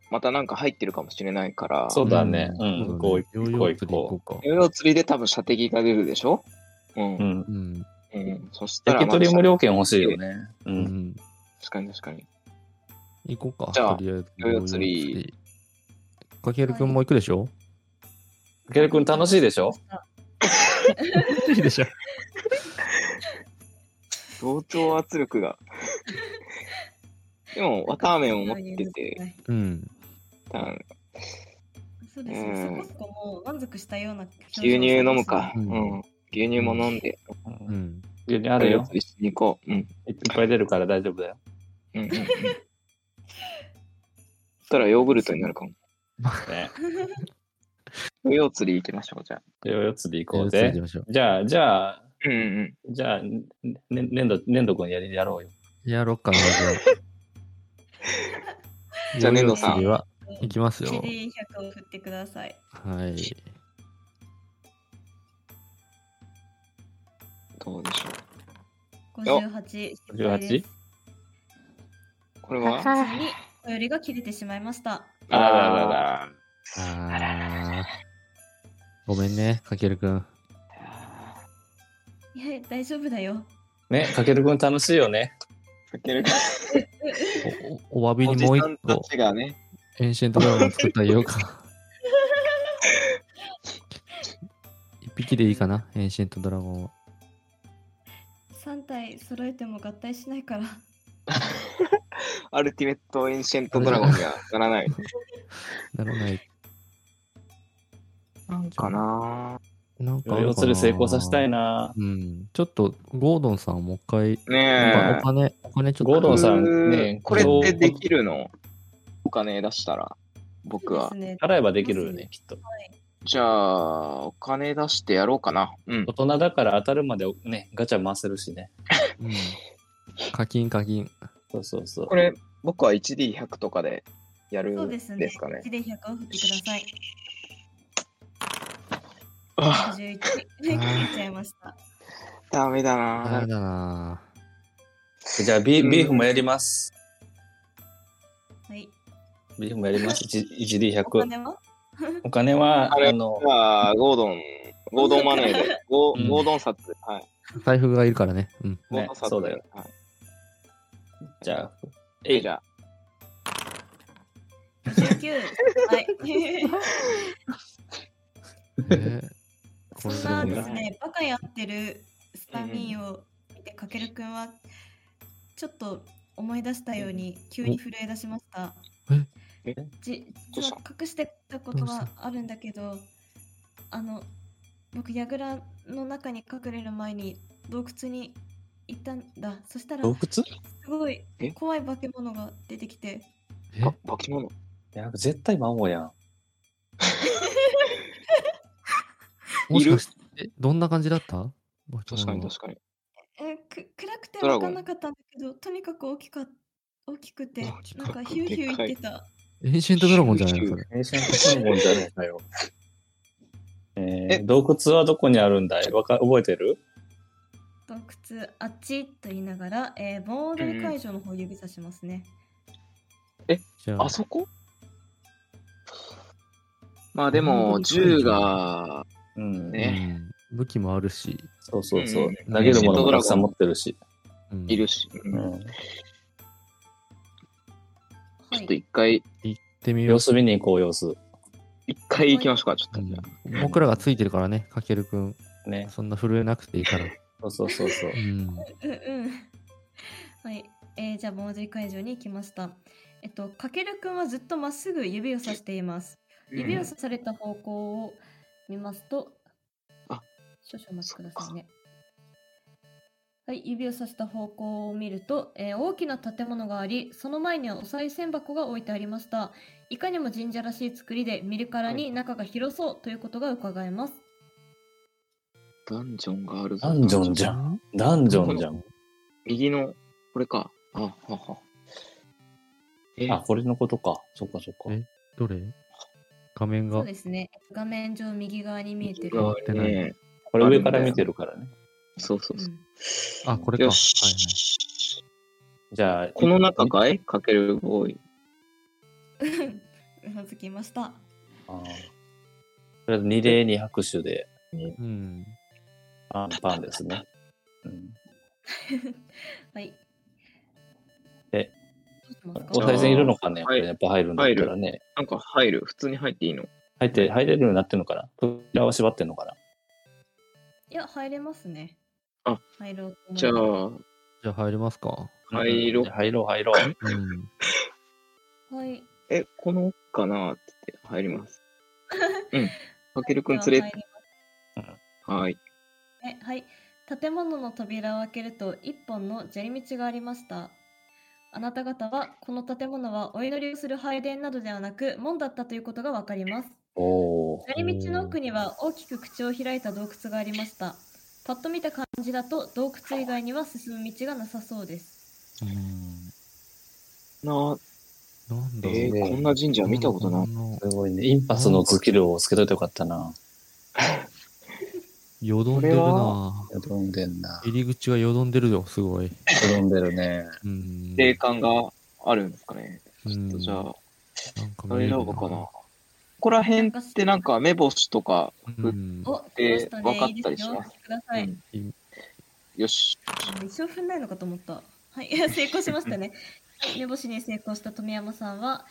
Speaker 1: またなんか入ってるかもしれないから、
Speaker 2: そうだね。う
Speaker 3: そ
Speaker 2: ん、
Speaker 3: う
Speaker 2: こう、
Speaker 3: ヨー
Speaker 2: こ
Speaker 3: ヨ
Speaker 2: う
Speaker 3: ー釣り行こうか。
Speaker 1: ヨーヨー釣りで多分射的が出るでしょうん。
Speaker 2: う
Speaker 1: うん
Speaker 2: ん。
Speaker 3: うん。
Speaker 1: そしたら、
Speaker 2: 焼き鳥無
Speaker 1: ま
Speaker 2: 料券欲しいよね。う。
Speaker 3: うんん。
Speaker 1: あ確かに確かに。
Speaker 3: 行こうか。
Speaker 1: じゃあ
Speaker 3: とりあえず。
Speaker 1: ヨーヨー釣り。
Speaker 3: かけるくんも行くでしょ
Speaker 2: かけるくん楽しいでしょ
Speaker 3: いいでしょ。
Speaker 1: 同調圧力が。 でも、綿あめを持ってて、。
Speaker 3: うん。
Speaker 1: た
Speaker 4: そうですね、
Speaker 1: うん
Speaker 4: そこそこもう満足したような表情
Speaker 1: 牛
Speaker 4: を
Speaker 1: 乳飲むか。
Speaker 3: う
Speaker 1: うんん。牛乳も飲んで、
Speaker 3: う。
Speaker 2: うん牛乳あ
Speaker 1: あ
Speaker 2: る
Speaker 1: れよ
Speaker 2: よ。。
Speaker 1: 一緒に行こう。うん。
Speaker 2: いっぱい出るから大丈夫だ よ。
Speaker 1: うんうんうん。そしたらヨーグルトになるかも。
Speaker 2: ね。
Speaker 1: ヨーヨー釣り行きましょう、じゃあ。
Speaker 2: ヨーヨー釣り行こ
Speaker 3: ヨーヨ
Speaker 2: う
Speaker 3: ー釣り
Speaker 2: ぜ
Speaker 3: 行き。ましょう。
Speaker 2: じゃあ、じゃあ、
Speaker 1: うんうん。
Speaker 2: じゃあ、ね、粘土、粘土くんやりやろうよ。
Speaker 3: やろっかな、じゃあ。
Speaker 1: じゃあ粘土さん
Speaker 3: ヨーヨー釣りは行きますよ。
Speaker 4: CD100 を振ってください。
Speaker 3: はい。
Speaker 1: どうでしょ
Speaker 4: 58失敗です。
Speaker 1: う。これは、
Speaker 4: 次に、小よりが切れてしまいました。
Speaker 2: あらららら。
Speaker 3: あー。ごめんね、かけるくん。
Speaker 4: いや、大丈夫だよ。
Speaker 2: ね、かけるくん楽しいよね。
Speaker 1: かける
Speaker 3: おおお詫び
Speaker 1: お
Speaker 3: に
Speaker 1: じ
Speaker 3: もう一
Speaker 1: さんた
Speaker 3: 個、
Speaker 1: ちがね、
Speaker 3: エンシェントドラゴン作ってあげようか。一匹でいいかな、エンシェントドラゴンは。
Speaker 4: 3体揃えても合体しないから。
Speaker 1: アルティメットエンシェントドラゴンにはならない。
Speaker 3: ならない。
Speaker 1: なんかな
Speaker 3: なん
Speaker 2: ヨ
Speaker 3: か
Speaker 2: ー
Speaker 3: あるかな。
Speaker 2: ヨー釣り成功させたいな。
Speaker 3: うん。ちょっと、ゴードンさんをもう一回、やっぱ
Speaker 1: ね
Speaker 3: お金、お金ちょっと。
Speaker 2: ゴードンさん
Speaker 1: う
Speaker 2: ね
Speaker 1: これってできるのお金出したら、僕は
Speaker 4: そう。ですね。
Speaker 2: 払えばできるよね、きっと。
Speaker 1: じゃあ、お金出してやろうかな。うん
Speaker 2: 大。人だから当たるまでね、ガチャ回せるしね。
Speaker 3: うん。課金課金。
Speaker 2: そうそうそう
Speaker 1: こ。れ、僕は 1D100 とかでやる
Speaker 4: そうんで
Speaker 1: です
Speaker 4: ね。
Speaker 1: すかね
Speaker 4: 1。で100を振ってください。
Speaker 1: あ、
Speaker 4: 61。切れちゃいました。
Speaker 1: ダメだ
Speaker 3: あ
Speaker 1: な
Speaker 3: れだなぁ
Speaker 2: じゃあビ、
Speaker 1: うん
Speaker 2: ビーフもやります。
Speaker 4: はい。
Speaker 2: ビーフもやります。
Speaker 4: お
Speaker 2: 1D100。
Speaker 4: 金は
Speaker 2: お金は、
Speaker 1: あれ
Speaker 2: あの
Speaker 1: じ、ゃあ、ゴードン、ゴードンマネーで、ゴ
Speaker 2: う
Speaker 1: ー
Speaker 2: ん
Speaker 1: ゴードン札、はい。
Speaker 3: 財布がいるからね。うん。
Speaker 1: ゴードン
Speaker 2: ね
Speaker 1: 札、
Speaker 2: そうだよ。
Speaker 1: はい。
Speaker 2: じゃあ、え
Speaker 1: え
Speaker 2: い
Speaker 1: い、じゃあ、
Speaker 4: ?19。はい。
Speaker 3: えこ
Speaker 4: そ
Speaker 3: れ
Speaker 4: んな
Speaker 3: で
Speaker 4: で
Speaker 3: も
Speaker 4: すね、バカやってるスタミンを見て、かけるくんは、ちょっと思い出したように、急に震え出しました。
Speaker 1: え
Speaker 4: じ
Speaker 1: どうし
Speaker 4: 実
Speaker 1: た
Speaker 4: は隠してたこ
Speaker 3: ど
Speaker 4: と
Speaker 3: う
Speaker 4: は
Speaker 3: し
Speaker 4: あるんだけど、あの、僕、ヤグラの中に隠れる前に洞窟に行ったんだ。そしたら、
Speaker 2: 洞窟
Speaker 4: すごい
Speaker 1: え
Speaker 4: 怖い化け物が出てきて、
Speaker 3: え
Speaker 1: ば化け物。
Speaker 2: いや、絶対魔王やん。
Speaker 3: もしかして、えどんな感じだった
Speaker 1: 確かに確かに。
Speaker 4: えく暗くて
Speaker 1: ドラ
Speaker 4: 分
Speaker 1: ゴン
Speaker 4: かんなかったんだけど、とにかく大きか大きくて
Speaker 1: 大き、く
Speaker 4: なんかヒューヒュー言ってた。
Speaker 3: エンシェントドラゴンじゃないのそれ。
Speaker 2: エーシャントドラゴンじゃねえかよ。え
Speaker 1: え
Speaker 2: ー、洞窟はどこにあるんだいわか覚えてる
Speaker 4: 洞窟あっちと言いながら、えー、盆踊り会場の方を指さしますね。
Speaker 3: じゃあ
Speaker 1: あ、そこまあでも、銃が、
Speaker 2: うん。
Speaker 1: ね
Speaker 3: うん武器もあるし、
Speaker 2: そうそうそう。
Speaker 1: うん
Speaker 2: 投げるものもたくさん持ってるし。
Speaker 3: うん
Speaker 1: いるし、うん
Speaker 2: うん。
Speaker 4: は
Speaker 1: ちょっと
Speaker 4: い。
Speaker 1: 一回、
Speaker 3: 行ってみよう
Speaker 2: 様。子見に行こう、様子。
Speaker 1: 一回行きましょうか、ちょっと。
Speaker 3: うん僕らがついてるからね、かけるくん。
Speaker 2: ね。
Speaker 3: そんな震えなくていいから。
Speaker 2: そうそうそうそう
Speaker 3: う。ん。
Speaker 4: うんうん。 はい。えー、じゃあ盆踊り会場に行きました。えっと、かけるくんはずっとまっすぐ指をさしています。指をさされた方向を見ますと、
Speaker 1: あ
Speaker 4: 少々お待ちくださいね。はい、指をさした方向を見ると、えー大きな建物があり、その前にはお賽銭箱が置いてありました。いかにも神社らしい作りで、見るからに中が広そうということが伺えます。
Speaker 1: ダンジョンがあるぞ。
Speaker 2: ダンジョンじゃん。ダンジョンじゃん。
Speaker 1: 右のこれか。あ、はは。え
Speaker 2: あ、これのことか。そっかそっか。
Speaker 3: えどれ画面
Speaker 4: そう
Speaker 3: が
Speaker 4: ですね。画面上右側に見えてる。
Speaker 1: これね。
Speaker 2: これ上から見てるからね。
Speaker 1: そうそうそう。
Speaker 3: あこれか
Speaker 1: よ
Speaker 3: はいはい
Speaker 1: し。
Speaker 2: じゃあ、
Speaker 1: この中かいかけるボーイ。
Speaker 4: うん。 うなずきました。
Speaker 2: あーとりあえず二例二拍手で
Speaker 3: うん。
Speaker 2: パンパンですね。うん、
Speaker 4: はい。
Speaker 2: え
Speaker 4: どうしますか、
Speaker 2: お賽銭いるのかね、
Speaker 1: は
Speaker 2: こ
Speaker 1: い
Speaker 2: れやっぱ入るんだったらね。
Speaker 1: なんか入る。普通に入っていいの
Speaker 2: 入って、入れるようになってるのかな扉は縛ってんのかない
Speaker 4: や、入れますね。
Speaker 1: あ、
Speaker 4: 入ろうと思います
Speaker 1: じゃあ、
Speaker 3: じゃあ入りますか。
Speaker 1: 入ろう
Speaker 2: うん入ろう、入ろう。
Speaker 3: うん。
Speaker 4: はい。
Speaker 1: え、このかなって言って入り ます。うん。かけるくん連れて。
Speaker 4: じ
Speaker 1: はい。
Speaker 4: ゃあ入りますねはい。建物の扉を開けると一本の砂利道がありました。あなた方はこの建物はお祈りをする拝殿などではなく門だったということがわかります。
Speaker 2: おお。
Speaker 4: 砂利道の奥には大きく口を開いた洞窟がありました。パッと見た感じだと洞窟以外には進む道がなさそうです。
Speaker 1: な、
Speaker 3: なん
Speaker 1: え
Speaker 3: だろ
Speaker 1: ー、
Speaker 3: う。
Speaker 1: こんな神社見たことない。
Speaker 3: の
Speaker 2: すごいね。インパスのスキルをつけといてよかったな。
Speaker 3: よどんでるな。
Speaker 2: よどんでんな。
Speaker 3: 入り口がよどんでるよ、すごい。
Speaker 2: よどんでるね。
Speaker 3: うん。
Speaker 1: 霊感があるんですかね。
Speaker 3: う
Speaker 1: ちょ
Speaker 3: ん
Speaker 1: っとじゃあ、
Speaker 3: なんか見え
Speaker 1: 大
Speaker 3: る
Speaker 1: 丈夫かな。ここら辺ってなんか目星とか、
Speaker 3: うん。
Speaker 4: お、来
Speaker 1: えー
Speaker 4: ま
Speaker 1: わ
Speaker 4: したね。
Speaker 1: かったりし
Speaker 4: いいですよ
Speaker 1: ます
Speaker 4: お聞きください。
Speaker 1: うんよし。
Speaker 4: 一生踏んないのかと思った。はい、い や成功しましたね。はい目星に成功した富山さんは、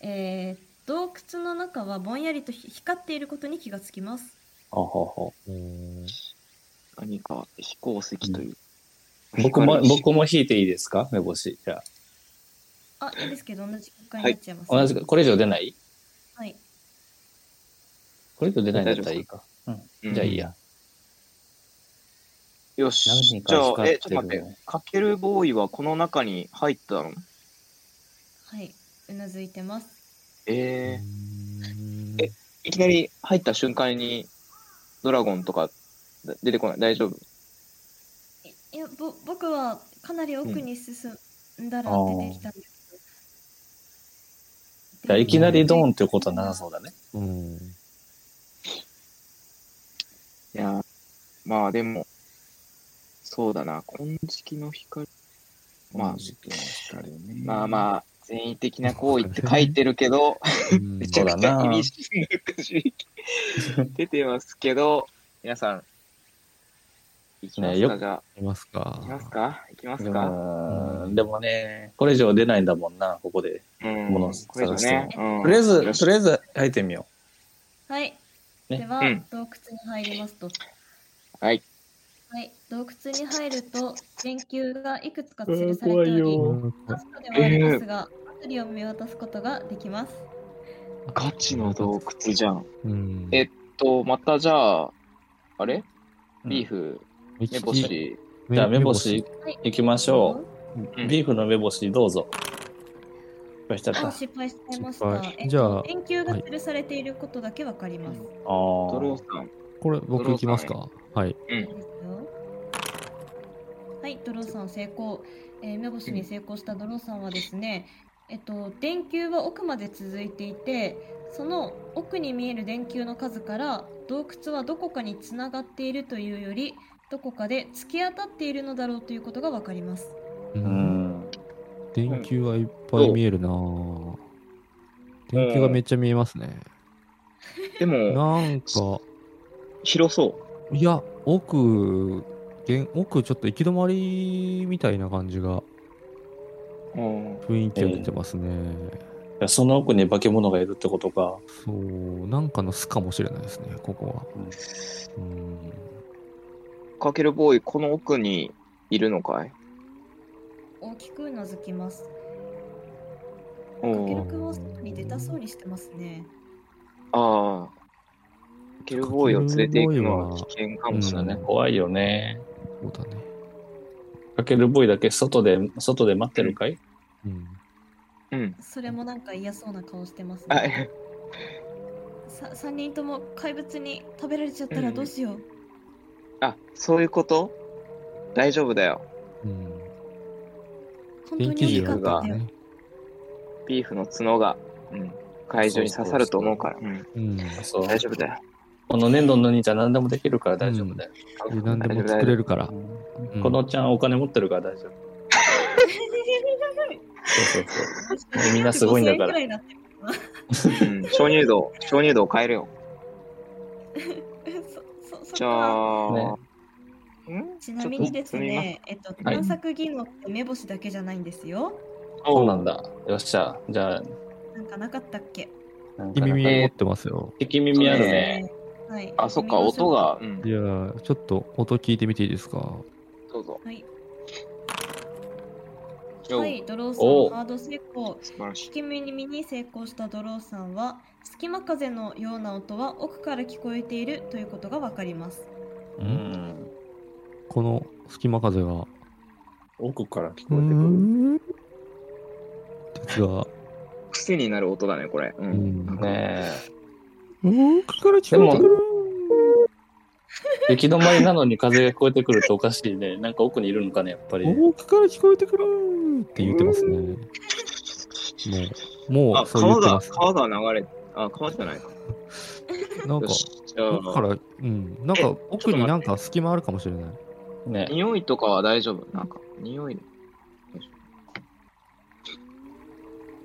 Speaker 4: えー洞窟の中はぼんやりとひ光っていることに気がつきます。
Speaker 2: あはは。
Speaker 3: おー
Speaker 1: 何か飛行石という。
Speaker 2: 僕も、
Speaker 1: 光る
Speaker 2: 僕も引いていいですか目星。じゃ
Speaker 4: あ、いいですけど、同じ結果になっちゃいます、
Speaker 2: あ。同じか、これ以上出ない
Speaker 4: はい。
Speaker 2: これ以上出ないんだったらいいか。
Speaker 1: うん
Speaker 2: じゃあいいや。
Speaker 1: よし。
Speaker 2: 何人
Speaker 1: じ
Speaker 2: か
Speaker 1: ゃ
Speaker 2: 光っ
Speaker 1: あ、え、ちょっと待
Speaker 2: て
Speaker 1: っ
Speaker 2: る
Speaker 1: て。
Speaker 2: ね。
Speaker 1: かけるボーイはこの中に入ったの
Speaker 4: はい。うなずいてます。
Speaker 1: えー、
Speaker 3: うん
Speaker 1: えいきなり入った瞬間に、ドラゴンとかだ出てこない。大丈夫
Speaker 4: いいや、ぼ僕はかなり奥に進んだら
Speaker 2: うんあー
Speaker 4: 出てきたんです
Speaker 2: じ
Speaker 4: け
Speaker 2: ゃ
Speaker 4: ど。
Speaker 2: あいきなりドーンっていうことはな
Speaker 4: な
Speaker 2: さ
Speaker 4: さ
Speaker 2: そうだね。
Speaker 3: うん。
Speaker 1: いやー、まあでも、そうだな。金色の光。まあ
Speaker 2: 同じく光ね
Speaker 1: まあまあ、善意的な行為って書いてるけど、
Speaker 3: うん
Speaker 1: めちゃくちゃ
Speaker 2: そうだな
Speaker 1: 厳しい出てますけど、皆さん、行きます
Speaker 2: ねよ
Speaker 1: かじゃ
Speaker 3: います
Speaker 1: あ、
Speaker 3: か
Speaker 1: 行きますか行きま
Speaker 2: う
Speaker 1: すか
Speaker 2: ーんでもね、これ以上出ないんだもんな、ここで。
Speaker 1: うん。
Speaker 2: 物を
Speaker 1: これ以上ね。うん
Speaker 2: とりあえ
Speaker 1: よ
Speaker 2: ず、
Speaker 1: し
Speaker 2: とりあえず入ってみよ
Speaker 4: はい。
Speaker 2: ね
Speaker 4: では、
Speaker 1: うん
Speaker 4: 洞窟に入りますと。
Speaker 1: はい。
Speaker 4: はい、洞窟に入ると電球がいくつか吊るされており、
Speaker 2: う
Speaker 4: マ
Speaker 2: わ
Speaker 3: うん
Speaker 4: ストではありますが、辺りを見渡すことができます。
Speaker 1: ガチの洞窟じゃん。
Speaker 3: うん。
Speaker 1: えと、またじゃあ、あれ
Speaker 2: う。
Speaker 1: ビーフ、
Speaker 3: 目利き、
Speaker 1: 目星。
Speaker 2: じゃあ、目星
Speaker 4: はい、
Speaker 2: 行きましょう。
Speaker 1: うん
Speaker 2: ビーフの目星どうぞ。失敗しちゃっ
Speaker 4: あ
Speaker 2: た。
Speaker 4: 失敗しちゃいまし
Speaker 3: 失
Speaker 4: た
Speaker 3: 敗。
Speaker 4: えっと
Speaker 3: じゃあ
Speaker 4: 電球が吊るされていることだけわかります。
Speaker 2: あー
Speaker 1: ドローさん。
Speaker 3: これ僕行きますか。はい。
Speaker 1: うん。
Speaker 4: ですよはい、ドローさん成功、えー目星に成功したドローさんはですね、えっと、電球は奥まで続いていてその奥に見える電球の数から洞窟はどこかにつながっているというよりどこかで突き当たっているのだろうということがわかります
Speaker 3: う。
Speaker 2: うんん。
Speaker 3: 電球はいっぱい見えるなぁ電球がめっちゃ見えますね。
Speaker 1: でも、
Speaker 3: なんか、
Speaker 1: 広そう。
Speaker 3: いや、奥、現奥ちょっと行き止まりみたいな感じが
Speaker 1: うん。
Speaker 3: 雰囲気が出てますね。
Speaker 2: いやその奥に化け物がいるってことか。
Speaker 3: そう、なんかの巣かもしれないですね、ここは。うん。
Speaker 1: かけるボーイ、この奥にいるのかい
Speaker 4: 大きくうなずきます
Speaker 1: う
Speaker 4: かけ
Speaker 1: ん
Speaker 4: るくんは外に出たそうにしてますね
Speaker 1: ああ。かけるボーイを連れて行くのは危険かもし
Speaker 2: そ
Speaker 1: れ
Speaker 2: う
Speaker 1: な
Speaker 2: だ
Speaker 1: い。
Speaker 2: ね。怖いよね。
Speaker 3: そうだね。
Speaker 2: かけるボーイだけ外で、外で待ってるかい
Speaker 3: うん。
Speaker 1: うん。
Speaker 4: それもなんか嫌そうな顔してます
Speaker 1: あ
Speaker 4: ね、さ3人とも怪物に食べられちゃったらどうしよう、
Speaker 1: あ、そういうこと大丈夫だよ。
Speaker 3: うん。
Speaker 4: 本当
Speaker 3: 天
Speaker 4: に
Speaker 3: 気
Speaker 4: 大き
Speaker 3: 銃
Speaker 4: かった
Speaker 3: が
Speaker 4: んだよ。
Speaker 3: ね。
Speaker 1: ビーフの角が、うん、会場に刺さると思うから、うん、
Speaker 3: うん。
Speaker 2: そう。
Speaker 1: 大丈夫だよ。
Speaker 2: この粘土の兄ちゃん何でもできるから大丈夫だよ。
Speaker 3: 何でも作れるから。うん
Speaker 2: このちゃんお金持ってるから大丈夫。そうそうそう。 みんなすごいんだから
Speaker 4: 5000円くいになってる
Speaker 1: うん、鍾乳洞、鍾乳洞変えるよ。
Speaker 4: そそそっ
Speaker 1: じ
Speaker 4: か
Speaker 1: ゃあ、
Speaker 2: ね
Speaker 1: ん
Speaker 4: ちなみにです。ね、えっと、
Speaker 2: はい
Speaker 4: 探索銀のって目星だけじゃないんですよ。
Speaker 1: ちょっと
Speaker 2: そうなんだ。よっしゃ。じゃあ、
Speaker 4: なんかなかったっけ
Speaker 2: なんか
Speaker 3: 君
Speaker 2: なんか
Speaker 3: 耳持ってますよ。
Speaker 2: 敵耳あるね。
Speaker 4: えーはい。
Speaker 1: あ、そっか、音が、うん
Speaker 3: い、やーちょっと音聞いてみていいですか。
Speaker 1: どうぞ。
Speaker 4: はい。
Speaker 1: よう
Speaker 4: はい、ドロー
Speaker 2: おう
Speaker 4: さん、ハード成功。
Speaker 1: 素晴らし
Speaker 4: 聞
Speaker 1: い。
Speaker 4: き耳に成功したドローさんは、隙間風のような音は奥から聞こえているということがわかります。
Speaker 2: う
Speaker 3: うん
Speaker 2: ん。
Speaker 3: この隙間風が。
Speaker 2: 奥から聞こえて
Speaker 3: う
Speaker 2: くる。
Speaker 3: ん。実は、
Speaker 1: 癖になる音だね、これ。う
Speaker 3: うん
Speaker 1: ん。
Speaker 2: ね
Speaker 3: 奥から聞こえてくる。
Speaker 2: え。行き止まりなのに風が聞こえてくるとおかしいね。なんか奥にいるのかね、やっぱり。
Speaker 3: 奥から聞こえてくるって言ってますね。もう、も
Speaker 1: あ、
Speaker 3: うそう
Speaker 1: 川
Speaker 3: 言って
Speaker 1: が、
Speaker 3: ます。
Speaker 1: 川が流れ、あ、川じゃないか。
Speaker 3: なんか
Speaker 1: よ、しじゃ
Speaker 3: 奥か
Speaker 1: あ、
Speaker 3: ら、うん、なんか奥になんか隙間あるかもしれない。
Speaker 2: ね。
Speaker 1: 匂いとかは大丈夫。なんか、匂い。よいしょ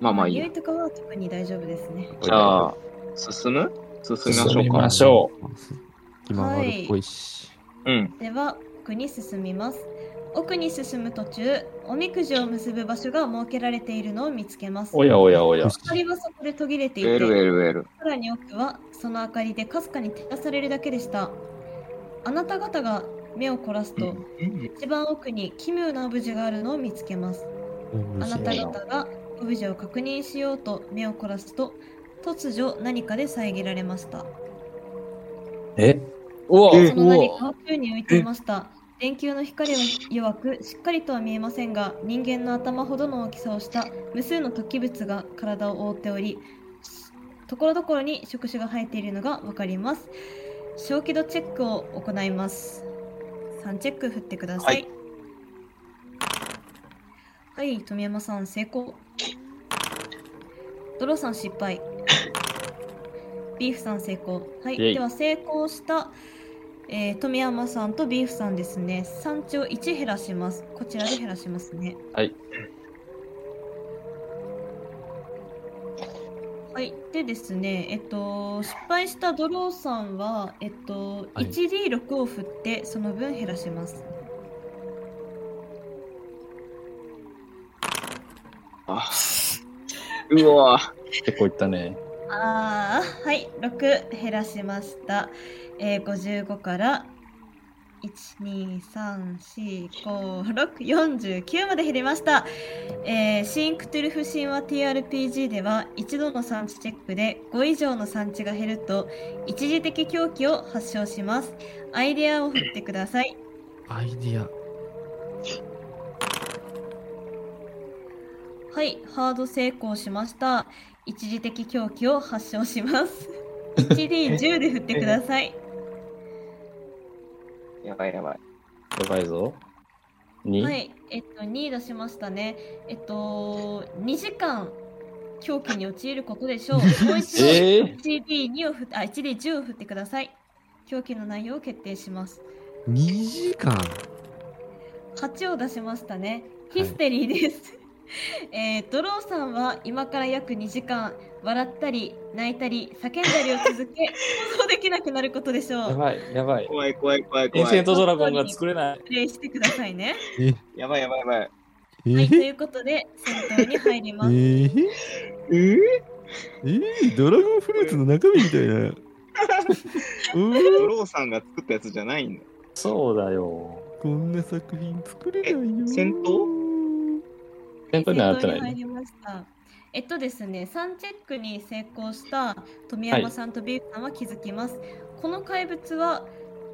Speaker 1: まあまあいい
Speaker 4: 匂
Speaker 1: や。
Speaker 4: いとかは特に大丈夫ですね。
Speaker 1: じゃあ、進む進みましょ
Speaker 2: 進み
Speaker 1: う
Speaker 2: ま
Speaker 1: か。
Speaker 2: しょ
Speaker 3: 隙間があるっぽいし。
Speaker 1: うん。
Speaker 4: では、奥に進みます。奥に進む途中、おみくじを結ぶ場所が設けられているのを見つけます。
Speaker 2: おやおやおや。
Speaker 4: 光はそこで途切れてい
Speaker 1: ウェ
Speaker 4: て
Speaker 1: ルウ、ェルウェル。
Speaker 4: さらに奥はその明かりでかすかに照らされるだけでしたあなた方が目を凝らす
Speaker 1: う
Speaker 4: と、
Speaker 1: ん
Speaker 4: 一番奥に奇妙なオブジェがあるのを見つけますあなた方がオブジェを確認しようと目を凝らすと突如何かで遮られました
Speaker 2: えうわ
Speaker 1: え
Speaker 4: その何かは宙に浮いていました電球の光は弱くしっかりとは見えませんが人間の頭ほどの大きさをした無数の突起物が体を覆っておりところどころに触手が生えているのがわかります小気度チェックを行います3チェック振ってくださいはい、富山さん成功ドローさん失敗ビーフさん成功はい
Speaker 2: イエイ
Speaker 4: では成功したえー、富山さんとビーフさんですね。産地を1減らします。こちらで減らしますね。
Speaker 2: はい。
Speaker 4: はい。でですね、えっと、失敗したドローさんは、えっと、
Speaker 3: はい
Speaker 4: 1D6 を振って、その分減らします。
Speaker 1: あうわ
Speaker 2: 結構いったね。
Speaker 4: ああ、はい。6減らしました。えー、55から、1,2,3,4,5,6,49まで減りました。えー、シンクトゥルフ神話 TRPG では一度の産地チェックで5以上の産地が減ると一時的狂気を発症します。アイデアを振ってください。
Speaker 3: アイディア。
Speaker 4: はい、ハード成功しました。一時的狂気を発症します。1D10 で振ってください。
Speaker 1: やばいやばい。
Speaker 2: やばいぞ。2、
Speaker 4: はい、えっと、2出しましたね。えっと、2時間狂気に陥ること でしょう。もう一度、
Speaker 2: えー
Speaker 4: 1D2 を振って、あ、1D10 を振ってください。狂気の内容を決定します。
Speaker 3: 2時間。
Speaker 4: 8を出しましたね。ヒステリーです。 えードローさんは今から約2時間笑ったり泣いたり叫んだりを続け想像できなくなることでしょ
Speaker 2: や
Speaker 4: う。
Speaker 2: ばい、やばい。
Speaker 1: 怖い怖い怖い
Speaker 2: エン
Speaker 1: 怖
Speaker 2: セン
Speaker 1: い。
Speaker 2: トドラゴンが作れない。
Speaker 4: プレイしてくださ いね。
Speaker 3: え、え
Speaker 1: やばいやばいやばい。
Speaker 3: え
Speaker 4: はい、ということで戦闘に入ります。
Speaker 3: え
Speaker 1: えー、
Speaker 3: えドラゴンフルーツの中身みたいな。 う
Speaker 1: ド
Speaker 3: ー
Speaker 1: ローさんが作ったやつじゃないんだ。
Speaker 2: そうだよ。
Speaker 3: こんな作品作れないよ。
Speaker 1: え戦
Speaker 3: 闘
Speaker 2: 先輩にはなってな
Speaker 4: 戦闘に入
Speaker 2: いね。
Speaker 4: りました。えっとですね、3チェックに成功した富山さんとビーフさんは気づきます。この怪物は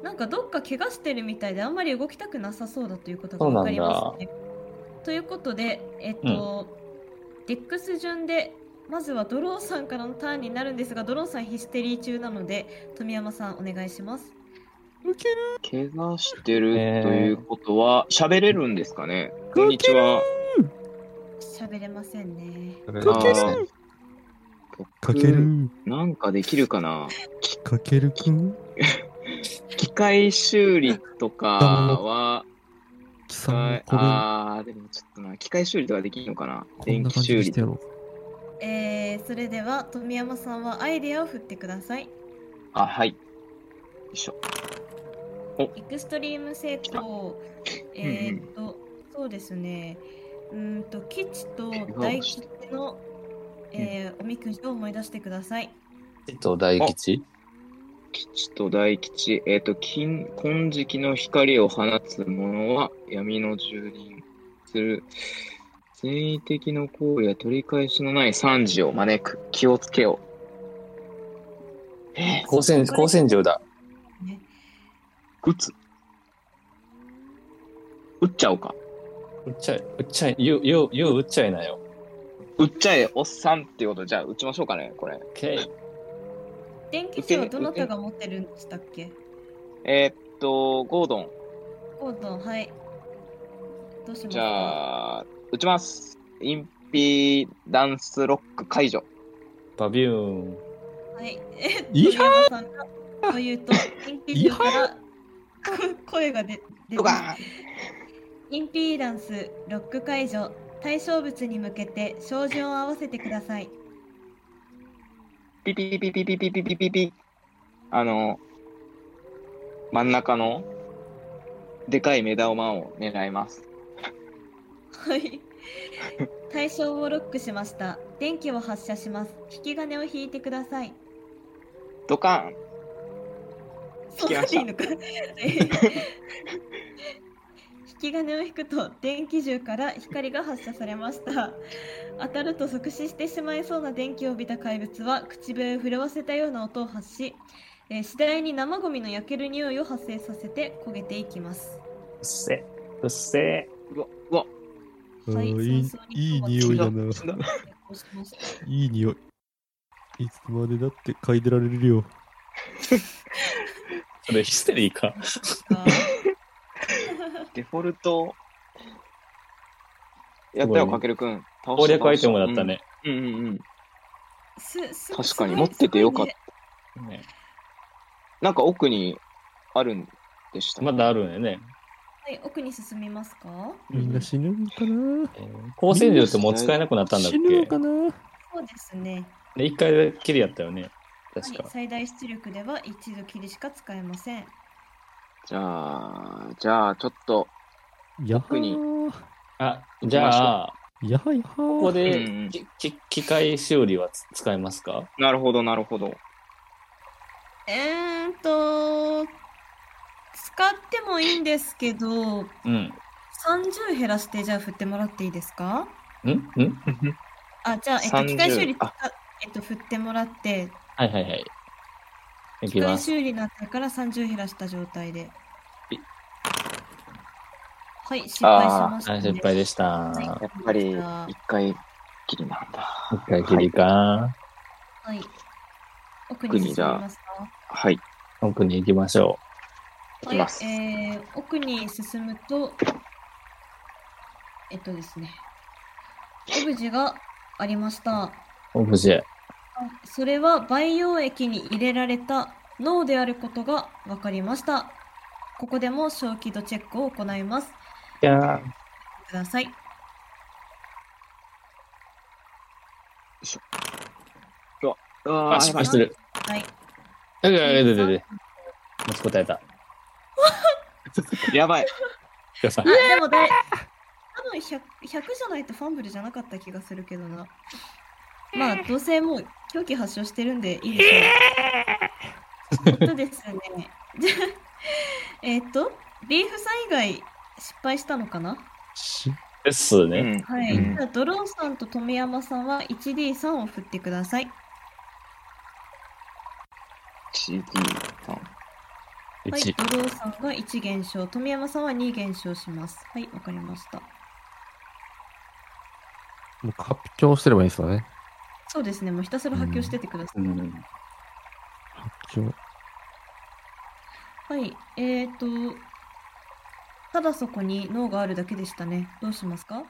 Speaker 4: なんかどっか怪我してるみたいであんまり動きたくなさそうだということが分かりますね。ということで、えっと、デックス順でまずはドローンさんからのターンになるんですが、ドローンさんヒステリー中なので、富山さんお願いします。
Speaker 3: 受ける
Speaker 1: 怪我してる
Speaker 2: えー
Speaker 1: ということは、喋れるんですかねこんにちは。
Speaker 4: 喋れませんね。
Speaker 5: それが
Speaker 1: かける
Speaker 3: かける、
Speaker 1: なんかできるかな
Speaker 3: かけるくん
Speaker 1: 機械修理とかは、
Speaker 3: 貴様
Speaker 1: あ
Speaker 3: のこ
Speaker 1: あー、でもちょっとな、機械修理とかできるのかな
Speaker 3: れ、こん
Speaker 1: 電
Speaker 3: な
Speaker 1: 気
Speaker 3: 感じ
Speaker 1: 修
Speaker 3: に
Speaker 1: 理
Speaker 3: してやろうか。
Speaker 4: えー、それでは富山さんはアイデアを振ってください。
Speaker 1: あ、はい。よいしょ。
Speaker 4: エクストリーム成功、えーっと、そうですね、うーんと、吉と大吉の、えーおみくじを思い出してください。
Speaker 2: えっと、大吉
Speaker 1: 吉と大吉、えっ、と、金、金色の光を放つ者は闇の住人する。善意的な行為や取り返しのない惨事を招く。気をつけよう。え
Speaker 2: 光線、光線銃だ。
Speaker 1: ー、撃つ。撃っちゃおうか。
Speaker 2: うっちゃい、うっちゃい、ゆう、ゆう、ゆう、うっちゃいなよ。
Speaker 1: 撃っちゃえ、おっさんっていうこと、じゃあ撃ちましょうかね、これ。
Speaker 2: けい。
Speaker 4: 電気値はどなたが持ってるんでしたっけ
Speaker 1: えーっと、ゴードン。
Speaker 4: コードン、はい。どうしますか
Speaker 1: じゃあ、撃ちます。インピダンスロック解除。
Speaker 2: バビューン。
Speaker 4: はい。えっと、
Speaker 3: い
Speaker 4: 富
Speaker 3: や
Speaker 4: 山さんがというと、インピーから声が出出
Speaker 1: ドカ
Speaker 4: て
Speaker 1: ーン
Speaker 4: インピーダンス、ロック解除、対象物に向けて照準を合わせてください。
Speaker 1: ピピピピピピピピピピあの、真ん中の、でかい目玉を狙います。
Speaker 4: はい。対象をロックしました。電気を発射します。引き金を引いてください。
Speaker 1: ドカーン
Speaker 4: そんなにいいのか。はい引き金を引くと電気銃から光が発射されました。当たると即死してしまいそうな電気を帯びた怪物は唇を震わせたような音を発し、えー次第に生ゴミの焼ける匂いを発生させて焦げていきます。
Speaker 2: うっせ。うっせ。
Speaker 1: うわ、うわ、
Speaker 3: あー
Speaker 4: はい
Speaker 3: い
Speaker 4: 戦争
Speaker 3: いいい
Speaker 4: に
Speaker 3: 匂いだ
Speaker 1: う
Speaker 3: な
Speaker 1: わ。 死んだ
Speaker 4: こうし ました
Speaker 3: いい匂い。いつまでだって嗅いでられるよ。
Speaker 2: それヒステリーか。
Speaker 4: か
Speaker 1: デフォルト。やったよ、かけるくん。倒
Speaker 2: 攻
Speaker 1: した
Speaker 2: 略アイテムだった。ね。
Speaker 1: うんうんうんうん。
Speaker 4: すす
Speaker 1: 確かに
Speaker 4: すごい
Speaker 1: 持っててよかった
Speaker 4: す
Speaker 2: ね
Speaker 1: なんか奥にあるんでした。
Speaker 2: まだあるんだよね。
Speaker 4: ごいねはい、奥に進みますか
Speaker 3: みんな死ぬんか
Speaker 2: え
Speaker 3: な
Speaker 2: ー光線銃ってもう使えなくなったんだっ
Speaker 3: 死ぬの
Speaker 2: け
Speaker 3: かな
Speaker 4: そうですね。
Speaker 2: で一回きりやったよね。確
Speaker 4: はい
Speaker 2: か、。
Speaker 4: 最大出力では一度きりしか使えません。
Speaker 1: じゃあ、じゃあ、ちょっと、
Speaker 3: やは
Speaker 1: 特に
Speaker 3: ー。
Speaker 2: あ、じゃあ、
Speaker 3: やはやは
Speaker 2: ここ
Speaker 3: ー。
Speaker 2: で、
Speaker 1: うんうん
Speaker 2: きき機械修理はつ使えますか
Speaker 1: なるほど、なる ほど。
Speaker 4: えーっと、使ってもいいんですけど、
Speaker 2: うん。
Speaker 4: 30減らしてじゃあ振ってもらっていいですか
Speaker 2: んん
Speaker 4: あ、じゃあ、えっと、
Speaker 1: 30
Speaker 4: 機械修理
Speaker 1: あ
Speaker 4: えっと、振ってもらって、
Speaker 2: はいはいはい。い
Speaker 4: 機
Speaker 2: きま
Speaker 4: 械
Speaker 2: す。
Speaker 4: 修理の値から30減らした状態で。はい、失敗しました、
Speaker 2: はい、
Speaker 4: ね。
Speaker 2: 失敗でした。
Speaker 4: はい
Speaker 1: やっぱり、
Speaker 4: じゃあ
Speaker 1: 一回きりなんだ。
Speaker 2: 一回きりか。
Speaker 4: はい。奥に進みますか
Speaker 1: はい、行
Speaker 2: 奥に行きましょ
Speaker 1: きます。
Speaker 4: はい、えー奥に進むと、えっとですね、オブジェがありました。
Speaker 2: う。オブジェ。
Speaker 4: それは培養液に入れられた脳であることが分かりました。ここでも小規度チェックを行います。
Speaker 2: いや
Speaker 4: ください。
Speaker 1: うわー
Speaker 2: あ、失敗してる。
Speaker 4: はい。
Speaker 2: あ、いやいやいやいやいや持ちこたえた。
Speaker 1: やばい。
Speaker 2: やばい
Speaker 4: あ、でもだい、多分 100, 100じゃないとファンブルじゃなかった気がするけどな。まあ、どうせもう狂気発症してるんでいいでしょう。そうですね。じゃあえっと、リーフさん以外失敗したのかな
Speaker 3: し
Speaker 2: です
Speaker 1: う
Speaker 2: ね。
Speaker 1: ん。
Speaker 4: はい。
Speaker 1: うん
Speaker 4: じゃあ、ドローンさんと富山さんは 1D3 を振ってください。
Speaker 1: CD さん。
Speaker 4: はい。
Speaker 2: 1。
Speaker 4: ドローンさんが1減少、富山さんは2減少します。はい、わかりました。
Speaker 3: もう発狂してればいいんですよね。
Speaker 4: そうですね、もうひたすら発狂しててください。
Speaker 2: うん。
Speaker 3: 発狂。
Speaker 4: はい、えーと、ただそこに脳があるだけでしたね。どうしますか